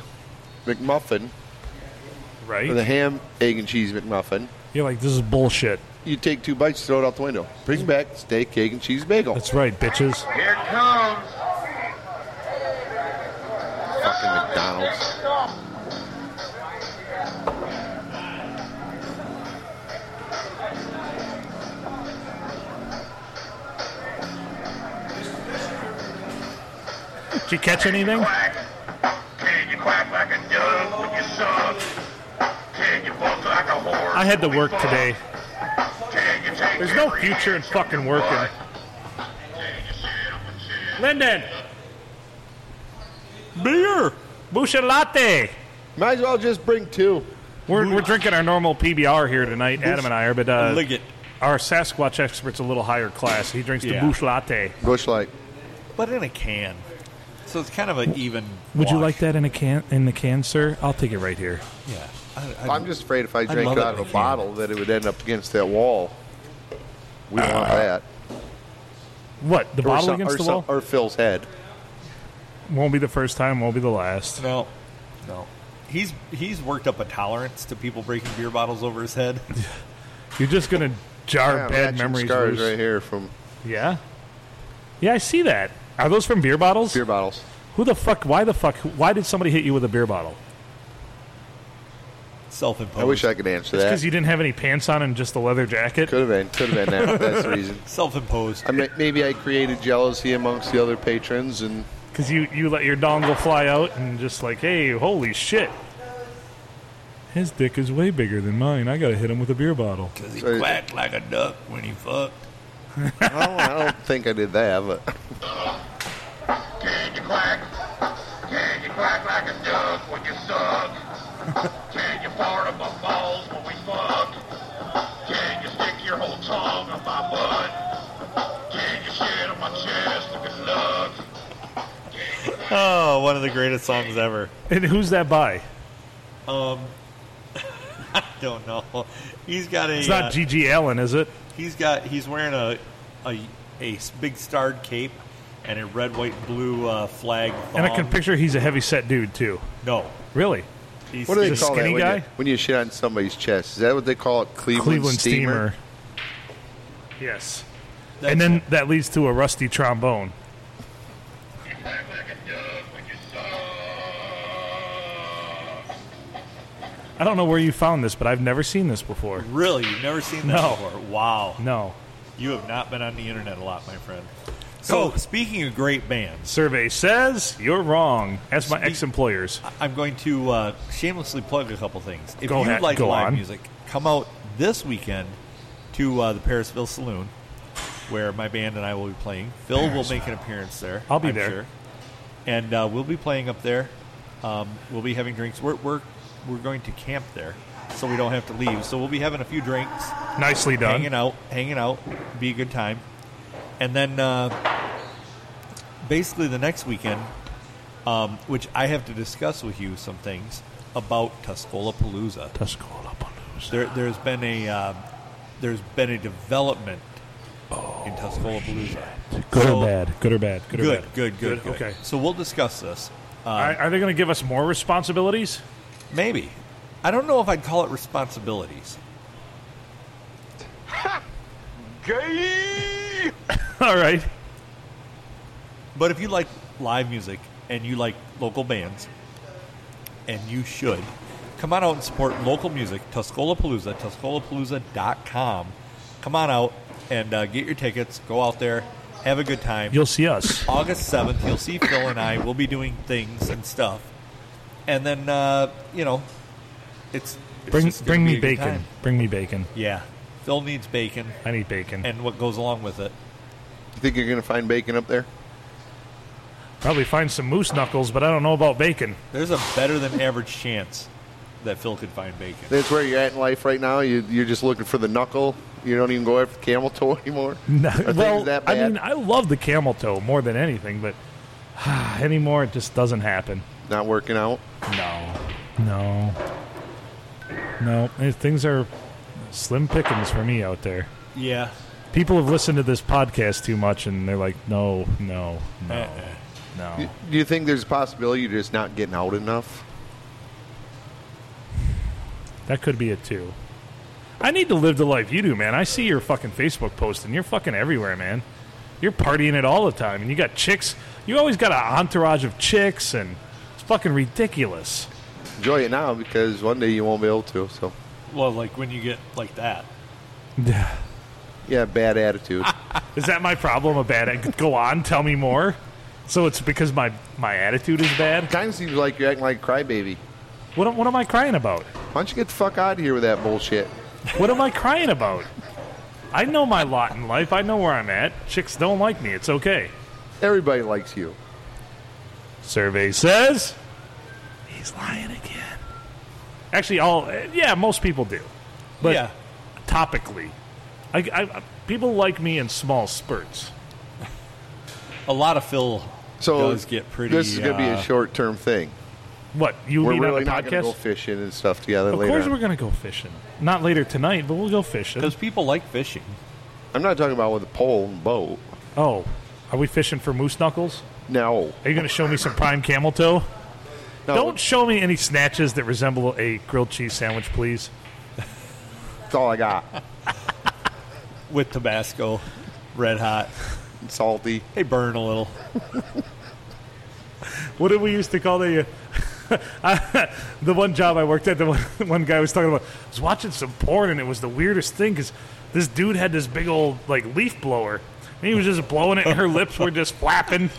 Speaker 4: McMuffin
Speaker 2: right.
Speaker 4: or the ham, egg, and cheese McMuffin.
Speaker 2: You're like, this is bullshit.
Speaker 4: You take two bites, throw it out the window. Brings back steak, egg, and cheese bagel.
Speaker 2: That's right, bitches.
Speaker 7: Here comes.
Speaker 4: fucking McDonald's.
Speaker 2: Did you catch anything?
Speaker 7: Quack. Can you quack like a dove when you suck? Can you bump like a horse?
Speaker 2: I had to work today.
Speaker 7: Can you take
Speaker 2: There's no
Speaker 7: every
Speaker 2: future in
Speaker 7: inch of
Speaker 2: fucking
Speaker 7: the
Speaker 2: working.
Speaker 7: butt? Can you sit up and sit?
Speaker 2: Lyndon,
Speaker 1: Beer.
Speaker 2: Busha Latte.
Speaker 4: Might as well just bring two.
Speaker 2: We're, we're drinking our normal PBR here tonight, Adam and I are, but uh,
Speaker 1: Lick it.
Speaker 2: our Sasquatch expert's a little higher class. He drinks the
Speaker 1: Yeah.
Speaker 2: Bush Latte.
Speaker 4: Bush Light.
Speaker 1: But in a can. So it's kind of an even.
Speaker 2: Would you
Speaker 1: wash.
Speaker 2: like that in a can, in the can, sir? I'll take it right here.
Speaker 1: Yeah. I, I,
Speaker 4: I'm just afraid if I drank
Speaker 1: love
Speaker 4: it out
Speaker 1: it
Speaker 4: of a
Speaker 1: if you-
Speaker 4: bottle that it would end up against that wall. We don't want that.
Speaker 2: What? The Uh,
Speaker 4: Or,
Speaker 2: bottle
Speaker 4: some-
Speaker 2: against
Speaker 4: or
Speaker 2: the
Speaker 4: some-
Speaker 2: wall?
Speaker 4: or Phil's head.
Speaker 2: Won't be the first time, won't be the last.
Speaker 1: No, no. He's he's worked up a tolerance to people breaking beer bottles over his head.
Speaker 2: You're just going to jar
Speaker 4: Yeah,
Speaker 2: bad
Speaker 4: matching
Speaker 2: memories.
Speaker 4: Scars
Speaker 2: loose.
Speaker 4: right here from
Speaker 2: Yeah. Yeah, I see that. Are those from beer bottles?
Speaker 4: beer bottles.
Speaker 2: Who the fuck? Why the fuck? Why did somebody hit you with a beer bottle?
Speaker 1: Self-imposed.
Speaker 4: I
Speaker 2: Oh,
Speaker 4: wish I could answer that.
Speaker 2: Because you didn't have any pants on and just a leather jacket.
Speaker 4: Could have been. Could have been that. That's the reason.
Speaker 1: Self-imposed.
Speaker 4: I mean, maybe I created jealousy amongst the other patrons, and
Speaker 2: Because you you let your dongle fly out and just like, hey, holy shit. His dick is way bigger than mine. I gotta hit him with a beer bottle.
Speaker 1: Because he
Speaker 4: Sorry.
Speaker 1: quacked like a duck when he fucked.
Speaker 4: well, I don't think I did that. But
Speaker 7: Can you quack? Can you quack like a duck when you suck? Can you fart up my balls when we fuck? Can you stick your whole tongue up my butt? Can you shit on my chest? Good luck.
Speaker 1: Oh, one of the greatest songs ever.
Speaker 2: And who's that by?
Speaker 1: Don't know. He's got a.
Speaker 2: It's
Speaker 1: uh,
Speaker 2: not G.G. Allen, is it?
Speaker 1: he's got. He's wearing a a, a s- big starred cape and a red, white, and blue uh, flag.
Speaker 2: And I
Speaker 1: thong.
Speaker 2: can picture he's a heavy set dude too.
Speaker 1: No.
Speaker 2: Really?
Speaker 1: He's,
Speaker 4: what do they
Speaker 2: He's a
Speaker 4: call that
Speaker 2: skinny
Speaker 4: when
Speaker 2: guy?
Speaker 4: you, when you shit on somebody's chest? Is that what they call it? Cleveland,
Speaker 2: Cleveland
Speaker 4: steamer.
Speaker 2: Steamer. Yes.
Speaker 1: that's-
Speaker 2: and then that leads to a rusty trombone.
Speaker 7: Can you quack like a duck when you suck?
Speaker 2: I don't know where you found this, but I've never seen this before.
Speaker 1: really, you've never seen that
Speaker 2: No.
Speaker 1: before. Wow,
Speaker 2: No.
Speaker 1: you have not been on the internet a lot, my friend. So, speaking of great bands,
Speaker 2: Survey says you're wrong. Ask my ex employers.
Speaker 1: I'm going to uh, shamelessly plug a couple things. If
Speaker 2: Go
Speaker 1: you
Speaker 2: ahead,
Speaker 1: like
Speaker 2: go
Speaker 1: live
Speaker 2: on.
Speaker 1: music, come out this weekend to uh, the Parisville Saloon, where my band and I will be playing. Phil will make an appearance there.
Speaker 2: I'll be
Speaker 1: I'm
Speaker 2: there.
Speaker 1: sure. and uh, we'll be playing up there. Um, we'll be having drinks. We're, we're we're going to camp there, so we don't have to leave. So we'll be having a few drinks,
Speaker 2: Nicely done.
Speaker 1: hanging out, hanging out, be a good time, and then uh, basically the next weekend, um, which I have to discuss with you some things about Tuscola Palooza.
Speaker 2: Tuscola Palooza.
Speaker 1: There, there's been a um, there's been a development in Tuscola Palooza.
Speaker 2: Oh, Good
Speaker 1: So-
Speaker 2: or bad? Good or bad? Good, or
Speaker 1: Good,
Speaker 2: bad?
Speaker 1: good, good, good.
Speaker 2: Okay.
Speaker 1: So we'll discuss this.
Speaker 2: are, are they going to give us more responsibilities?
Speaker 1: Maybe. I don't know if I'd call it responsibilities.
Speaker 2: All right.
Speaker 1: But if you like live music and you like local bands, and you should, come on out and support local music, Tuscola Palooza, TuscolaPalooza.com. Come on out and uh, get your tickets. Go out there, have a good time.
Speaker 2: You'll see us.
Speaker 1: August 7th, you'll see Phil and I. We'll be doing things and stuff. And then, uh, you know, it's. it's
Speaker 2: Bring
Speaker 1: just gonna
Speaker 2: bring
Speaker 1: be
Speaker 2: me
Speaker 1: a good
Speaker 2: bacon.
Speaker 1: time.
Speaker 2: Bring me bacon.
Speaker 1: Yeah. Phil needs bacon
Speaker 2: I need bacon.
Speaker 1: and what goes along with it.
Speaker 4: You think you're gonna find bacon up there?
Speaker 2: Probably find some moose knuckles, but I don't know about bacon.
Speaker 1: There's a better than average chance that Phil could find bacon.
Speaker 4: That's where you're at in life right now. You, you're just looking for the knuckle. You don't even go after the camel toe anymore.
Speaker 2: No,
Speaker 4: Are things
Speaker 2: well,
Speaker 4: that
Speaker 2: I
Speaker 4: bad?
Speaker 2: mean, I love the camel toe more than anything, but anymore it just doesn't happen.
Speaker 4: Not working out.
Speaker 2: No, no, no. Eh, Things are slim pickings for me out there.
Speaker 1: Yeah.
Speaker 2: People have listened to this podcast too much, and they're like, no, no, no,
Speaker 1: Uh-uh.
Speaker 2: no.
Speaker 4: Do you think there's a possibility you're just not getting out enough?
Speaker 2: That could be it too. I need to live the life you do, man. I see your fucking Facebook post, and you're fucking everywhere, man. You're partying it all the time, and you got chicks. You always got an entourage of chicks, and it's fucking ridiculous.
Speaker 4: Enjoy it now because one day you won't be able to. So,
Speaker 1: Well, like when you get like that.
Speaker 4: yeah, bad attitude.
Speaker 2: Is that my problem? A bad? Go on, tell me more. So it's because my my attitude is bad.
Speaker 4: kind of seems like you're acting like a crybaby.
Speaker 2: What am- what am I crying about?
Speaker 4: Why don't you get the fuck out of here with that bullshit?
Speaker 2: What am I crying about? I know my lot in life. I know where I'm at. Chicks don't like me. It's okay.
Speaker 4: Everybody likes you.
Speaker 2: Survey says he's lying again. Actually, all yeah, most people do. But
Speaker 1: yeah.
Speaker 2: topically, I, I- people like me in small spurts.
Speaker 1: A lot of Phil
Speaker 4: So
Speaker 1: does get pretty.
Speaker 4: This is gonna be
Speaker 1: uh,
Speaker 4: a short term thing.
Speaker 2: What you
Speaker 4: We're
Speaker 2: mean
Speaker 4: really
Speaker 2: on
Speaker 4: not
Speaker 2: the
Speaker 4: gonna go
Speaker 2: podcast?
Speaker 4: fishing and stuff together
Speaker 2: of
Speaker 4: later.
Speaker 2: course,
Speaker 4: on.
Speaker 2: we're gonna go fishing. Not later tonight, but we'll go fishing.
Speaker 1: Because people like fishing.
Speaker 4: I'm not talking about with a pole and bow.
Speaker 2: Oh, are we fishing for moose knuckles?
Speaker 4: No.
Speaker 2: Are you going to show me some prime camel toe?
Speaker 4: No.
Speaker 2: Don't show me any snatches that resemble a grilled cheese sandwich, please.
Speaker 4: That's all I got.
Speaker 1: with Tabasco, red hot.
Speaker 4: Salty.
Speaker 1: They burn a little.
Speaker 2: What did we used to call the uh, the one job I worked at? The one, one guy was talking about. I was watching some porn and it was the weirdest thing because this dude had this big old like leaf blower and he was just blowing it and her lips were just flapping.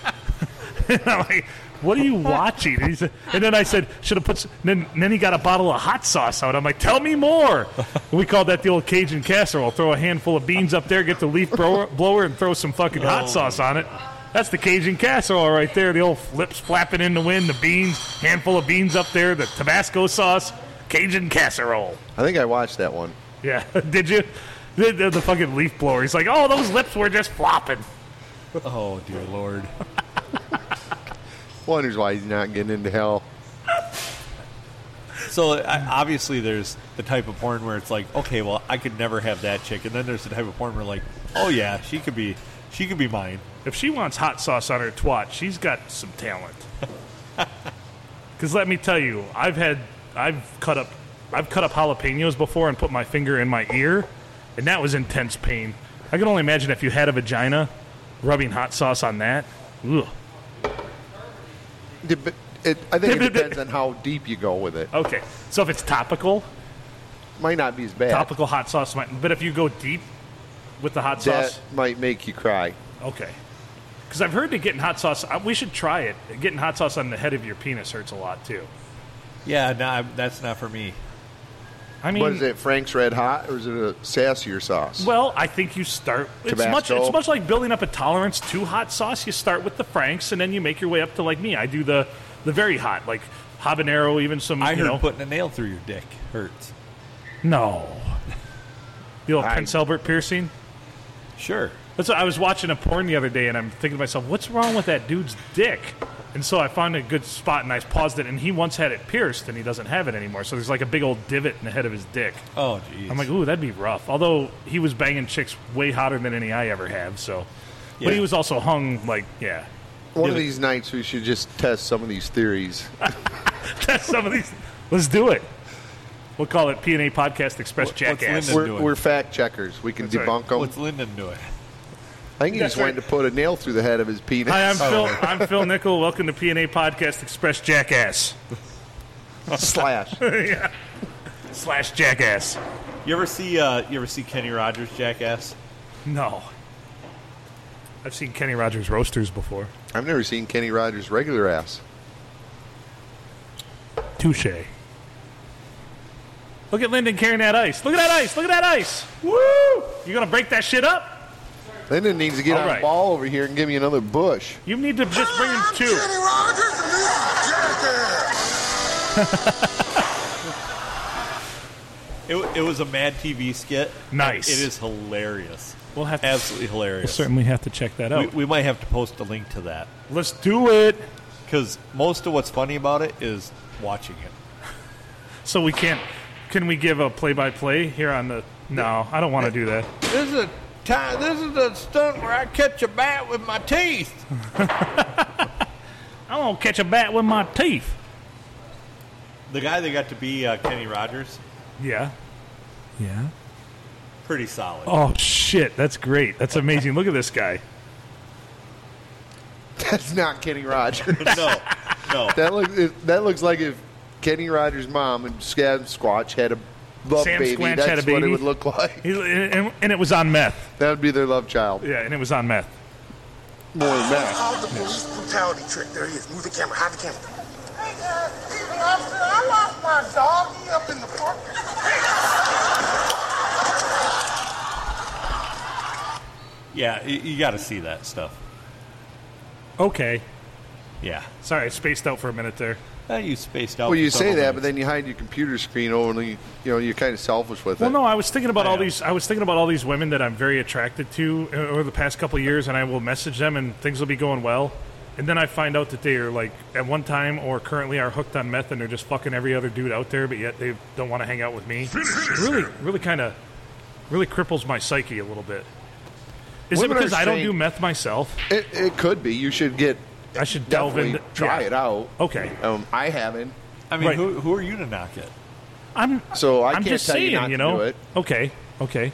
Speaker 2: and I'm like, what are you watching? And, he said, and then I said, should have put. s- Then then he got a bottle of hot sauce out. I'm like, tell me more. And we called that the old Cajun casserole. Throw a handful of beans up there, get the leaf blower, blower and throw some fucking hot sauce on it. That's the Cajun casserole right there. The old lips flapping in the wind, the beans, handful of beans up there, the Tabasco sauce, Cajun casserole.
Speaker 4: I think I watched that one.
Speaker 2: Yeah, did you? The, the, the fucking leaf blower. He's like, oh, those lips were just flopping.
Speaker 1: Oh dear lord.
Speaker 4: Wonders why he's not getting into hell.
Speaker 1: So I, obviously, there's the type of porn where it's like, okay, well, I could never have that chick, and then there's the type of porn where like, oh yeah, she could be, she could be mine.
Speaker 2: If she wants hot sauce on her twat, she's got some talent. Because let me tell you, I've had, I've cut up, I've cut up jalapenos before and put my finger in my ear, and that was intense pain. I can only imagine if you had a vagina, rubbing hot sauce on that. Ugh.
Speaker 4: Dep- It, I think it depends on how deep you go with it.
Speaker 2: Okay, so if it's topical,
Speaker 4: Might not be as bad.
Speaker 2: topical hot sauce might, but if you go deep with the hot
Speaker 4: that
Speaker 2: sauce,
Speaker 4: might make you cry.
Speaker 2: okay. Because I've heard that getting hot sauce, I- we should try it. Getting hot sauce on the head of your penis hurts a lot too.
Speaker 1: Yeah, no, I- that's not for me.
Speaker 2: I mean,
Speaker 4: What is it, Frank's Red Hot, or is it a sassier sauce?
Speaker 2: Well, I think you start. It's
Speaker 4: Tabasco.
Speaker 2: much. It's much like building up a tolerance to hot sauce. You start with the Franks, and then you make your way up to like me. I do the the very hot, like habanero, even some.
Speaker 1: I
Speaker 2: you
Speaker 1: heard
Speaker 2: know,
Speaker 1: putting a nail through your dick hurts.
Speaker 2: no. The old
Speaker 4: I-
Speaker 2: Prince Albert piercing.
Speaker 1: Sure.
Speaker 2: That's what, I was watching a porn the other day, and I'm thinking to myself, what's wrong with that dude's dick? And so I found a good spot, and I paused it. And he once had it pierced, and he doesn't have it anymore. So there's like a big old divot in the head of his dick.
Speaker 1: Oh jeez.
Speaker 2: I'm like, ooh, that'd be rough. Although he was banging chicks way hotter than any I ever have, so. But
Speaker 1: Yeah.
Speaker 2: he was also hung like, yeah.
Speaker 4: One of these nights we should just test some of these theories.
Speaker 2: That's some of these. Let's do it. We'll call it P and A Podcast Express
Speaker 1: What- what's
Speaker 2: Jackass.
Speaker 1: Linda-
Speaker 4: We're,
Speaker 1: do it.
Speaker 4: we're fact checkers. We can
Speaker 2: That's right.
Speaker 4: debunk 'em.
Speaker 1: what's Lyndon doing?
Speaker 4: I think he
Speaker 2: That's
Speaker 4: just wanted
Speaker 2: right.
Speaker 4: to put a nail through the head of his penis.
Speaker 1: Oh,
Speaker 2: Hi, I'm Phil. I'm Phil Nickel. Welcome to P and A Podcast Express Jackass
Speaker 4: slash.
Speaker 2: slash Jackass.
Speaker 1: You ever see, uh, you ever see Kenny Rogers Jackass?
Speaker 2: No, I've seen Kenny Rogers roasters before.
Speaker 4: I've never seen Kenny Rogers regular ass.
Speaker 2: Touche. Look at Lyndon carrying that ice. Look at that ice. Look at that ice. Woo! You gonna break that shit up?
Speaker 4: Lyndon needs to get
Speaker 2: All
Speaker 4: on
Speaker 2: right.
Speaker 4: the ball over here and give me another bush.
Speaker 2: You need to just bring him
Speaker 3: I'm
Speaker 2: two.
Speaker 3: Kenny Rogers and this is Jackass.
Speaker 1: It, it was a Mad TV skit.
Speaker 2: Nice.
Speaker 1: It is hilarious.
Speaker 2: We'll have to
Speaker 1: Absolutely
Speaker 2: We'll
Speaker 1: hilarious.
Speaker 2: certainly have to check that
Speaker 1: we,
Speaker 2: out.
Speaker 1: we might have to post a link to that
Speaker 2: Let's do it.
Speaker 1: because most of what's funny about it is watching it.
Speaker 2: So we can't. Can we give a play-by-play here on the? No, I don't want to do that.
Speaker 1: This is a time. This is a stunt where I catch a bat with my teeth.
Speaker 2: I'm gonna catch a bat with my teeth.
Speaker 1: The guy that got to be uh, Kenny Rogers,
Speaker 2: Yeah. Yeah.
Speaker 1: pretty solid.
Speaker 2: Oh shit! That's great. That's amazing. Look at this guy.
Speaker 4: That's not Kenny Rogers.
Speaker 1: No, no.
Speaker 4: that looks it- that looks like if Kenny Rogers' mom and Sam Squatch had a love
Speaker 2: Sam
Speaker 4: baby.
Speaker 2: Squatch
Speaker 4: that's
Speaker 2: had a
Speaker 4: what
Speaker 2: baby?
Speaker 4: it would look like.
Speaker 2: He, and, and it was on meth.
Speaker 4: That would be their love child.
Speaker 2: Yeah, and it was on meth.
Speaker 4: More than that.
Speaker 3: All the police brutality trick. There he is. Move the camera. Hide the camera.
Speaker 5: Hey, guys, he's an officer. I lost my dog. He up in the park.
Speaker 1: Yeah, y- you got to see that stuff.
Speaker 2: Okay.
Speaker 1: Yeah,
Speaker 2: Sorry, I spaced out for a minute there.
Speaker 1: Uh, you spaced out.
Speaker 4: Well, you
Speaker 1: for several
Speaker 4: say that,
Speaker 1: minutes.
Speaker 4: but then you hide your computer screen only. You know, you're kind of selfish with
Speaker 2: Well,
Speaker 4: it.
Speaker 2: no, I was thinking about
Speaker 1: I
Speaker 2: all
Speaker 1: know.
Speaker 2: these. I was thinking about all these women that I'm very attracted to uh, over the past couple of years, and I will message them, and things will be going well. And then I find out that they are like at one time or currently are hooked on meth, and they're just fucking every other dude out there, but yet they don't want to hang out with me. Really, really kind of, really cripples my psyche a little bit. Is
Speaker 4: Women
Speaker 2: it
Speaker 4: are
Speaker 2: because I don't
Speaker 4: saying-
Speaker 2: do meth myself?
Speaker 4: It, it could be. You should get.
Speaker 2: I should delve
Speaker 4: Definitely
Speaker 2: into
Speaker 4: try
Speaker 2: yeah.
Speaker 4: it out.
Speaker 2: Okay.
Speaker 4: Um, I haven't.
Speaker 1: I mean,
Speaker 2: Right.
Speaker 1: who, who are you to knock it?
Speaker 2: I'm
Speaker 4: So I
Speaker 2: am
Speaker 4: can't
Speaker 2: just
Speaker 4: tell
Speaker 2: saying,
Speaker 4: you not to
Speaker 2: know.
Speaker 4: do it.
Speaker 2: Okay, okay.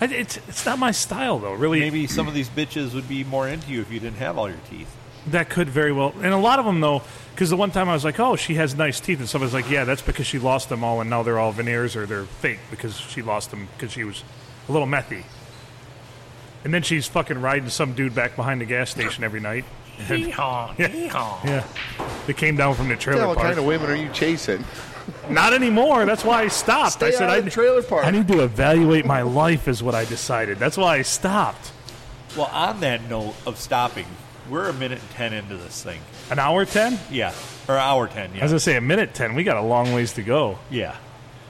Speaker 2: I, it's it's not my style though. Really,
Speaker 1: Maybe some of these bitches would be more into you if you didn't have all your teeth.
Speaker 2: that could very well. And a lot of them though, because the one time I was like, "Oh, she has nice teeth," and somebody's like, "Yeah, that's because she lost them all, and now they're all veneers or they're fake because she lost them because she was a little methy." And then she's fucking riding some dude back behind the gas station every night. yeah, yeah. They came down from the
Speaker 4: Yeah,
Speaker 2: trailer
Speaker 4: what
Speaker 2: park.
Speaker 4: kind of women are you chasing?
Speaker 2: Not anymore. That's why I stopped.
Speaker 4: Stay
Speaker 2: I said
Speaker 4: out
Speaker 2: I
Speaker 4: of the trailer park.
Speaker 2: I need to evaluate my life is what I decided. That's why I stopped.
Speaker 1: Well, on that note of stopping, we're a minute and ten into this thing.
Speaker 2: An hour ten?
Speaker 1: Yeah, or hour ten.
Speaker 2: I was
Speaker 1: Yeah,
Speaker 2: gonna say a minute ten. We got a long ways to go.
Speaker 1: yeah.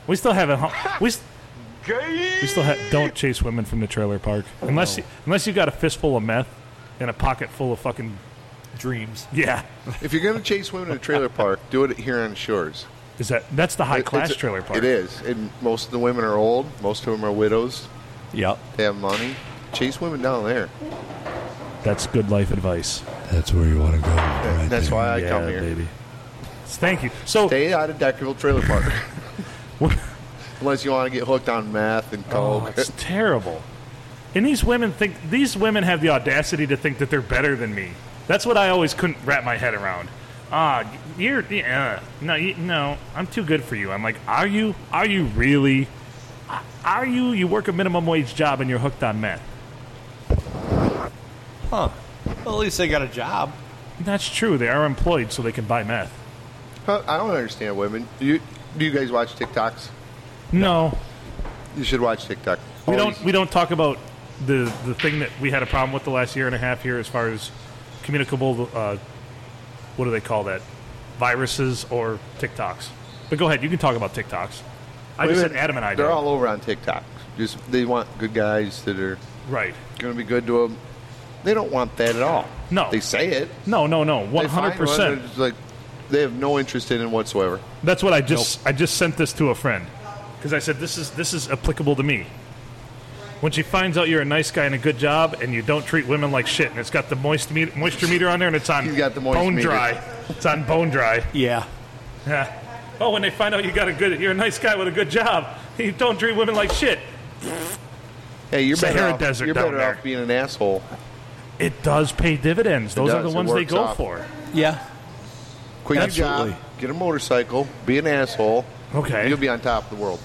Speaker 2: We still haven't. hu- We, s- we still ha- don't chase women from the trailer park unless you, unless you got a fistful of meth and a pocket full of fucking
Speaker 1: Dreams.
Speaker 2: yeah.
Speaker 4: if you're going to chase women in a trailer park, do it here on Shores.
Speaker 2: Is that that's the high
Speaker 4: It-
Speaker 2: class
Speaker 4: it's a-
Speaker 2: trailer park?
Speaker 4: It is. And most of the women are old. Most of them are widows.
Speaker 1: Yep.
Speaker 4: They have money. Chase women down there.
Speaker 2: That's good life advice.
Speaker 8: That's where you want to go. Right
Speaker 4: That's
Speaker 8: there.
Speaker 4: why I
Speaker 2: yeah,
Speaker 4: come here.
Speaker 2: baby. Thank you. So
Speaker 4: Stay out of Deckerville Trailer Park.
Speaker 2: What?
Speaker 4: Unless you want to get hooked on meth and
Speaker 2: Oh,
Speaker 4: coke.
Speaker 2: it's terrible. And these women think these women have the audacity to think that they're better than me. That's what I always couldn't wrap my head around. Ah, you're yeah, no, you, no, I'm too good for you. I'm like, are you? Are you really? Are you? You work a minimum wage job and you're hooked on meth.
Speaker 1: Huh. Well, at least they got a job.
Speaker 2: That's true. They are employed so they can buy meth.
Speaker 4: Huh, I don't understand women. You, do you guys watch TikToks?
Speaker 2: No,
Speaker 4: You should watch TikTok.
Speaker 2: we
Speaker 4: Always-
Speaker 2: don't. We don't talk about the the thing that we had a problem with the last year and a half here, as far as communicable. Uh, what do they call that? Viruses or TikToks? But go ahead. You can talk about TikToks. I just said
Speaker 4: women,
Speaker 2: Adam and I.
Speaker 4: They're
Speaker 2: did.
Speaker 4: all over on TikTok. Just they want good guys that are
Speaker 2: right.
Speaker 4: going to be good to them. They don't want that at all.
Speaker 2: No.
Speaker 4: they say it.
Speaker 2: No, no, no. One
Speaker 4: They find
Speaker 2: hundred percent.
Speaker 4: it's Like they have no interest in it whatsoever.
Speaker 2: That's what I just. I just sent this to a friend because I said this is this is applicable to me. When she finds out you're a nice guy and a good job, and you don't treat women like shit, and it's got the moist me- moisture meter on there, and it's on
Speaker 4: He's got the moist
Speaker 2: bone
Speaker 4: meter.
Speaker 2: dry. It's on bone dry.
Speaker 1: Yeah.
Speaker 2: Yeah. Oh, when they find out you got a good, you're a nice guy with a good job. You don't treat women like shit.
Speaker 4: Hey, you're
Speaker 2: Sahara
Speaker 4: better off.
Speaker 2: Desert
Speaker 4: you're
Speaker 2: down
Speaker 4: better
Speaker 2: there.
Speaker 4: off being an asshole.
Speaker 2: It does pay dividends. Those are
Speaker 4: does.
Speaker 2: the
Speaker 4: It
Speaker 2: ones they
Speaker 4: works
Speaker 2: go
Speaker 4: out.
Speaker 2: for.
Speaker 1: Yeah.
Speaker 4: Quit your
Speaker 1: Absolutely.
Speaker 4: job. Get a motorcycle. Be an asshole.
Speaker 2: Okay.
Speaker 4: You'll be on top of the world.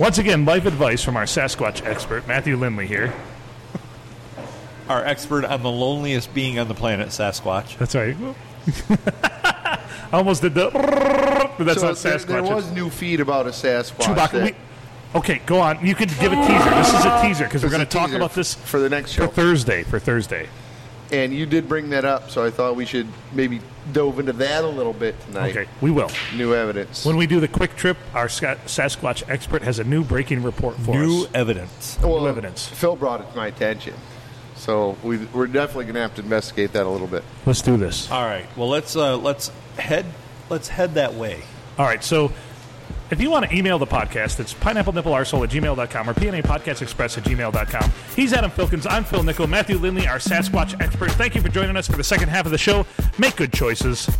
Speaker 2: Once again, life advice from our Sasquatch expert Matthew Lindley here.
Speaker 1: Our expert on the loneliest being on the planet, Sasquatch.
Speaker 2: That's right. I almost did the. But that's
Speaker 4: so
Speaker 2: not
Speaker 4: there,
Speaker 2: Sasquatch.
Speaker 4: there was new feed about a Sasquatch.
Speaker 2: Chewbacca.
Speaker 4: that-
Speaker 2: We, okay, go on. You can give a teaser. This is a teaser because we're
Speaker 4: It's a
Speaker 2: going to talk
Speaker 4: teaser
Speaker 2: about this
Speaker 4: for the next
Speaker 2: for
Speaker 4: show.
Speaker 2: Thursday. For Thursday.
Speaker 4: And you did bring that up, so I thought we should maybe dove into that a little bit tonight.
Speaker 2: Okay, we will.
Speaker 4: New evidence.
Speaker 2: When we do the quick trip, our Sca- Sasquatch expert has a new breaking report for
Speaker 1: New
Speaker 2: us.
Speaker 1: evidence.
Speaker 4: well,
Speaker 2: new evidence.
Speaker 4: Phil brought it to my attention. So we, we're definitely going to have to investigate that a little bit.
Speaker 2: Let's do this.
Speaker 1: All right. Well, let's uh, let's head let's head that way.
Speaker 2: All right, so if you want to email the podcast, it's pineapple nipple arsehole at gmail.com or pnapodcastexpress at gmail.com. He's Adam Filkins. I'm Phil Nickel. Matthew Lindley, our Sasquatch expert. Thank you for joining us for the second half of the show. Make good choices.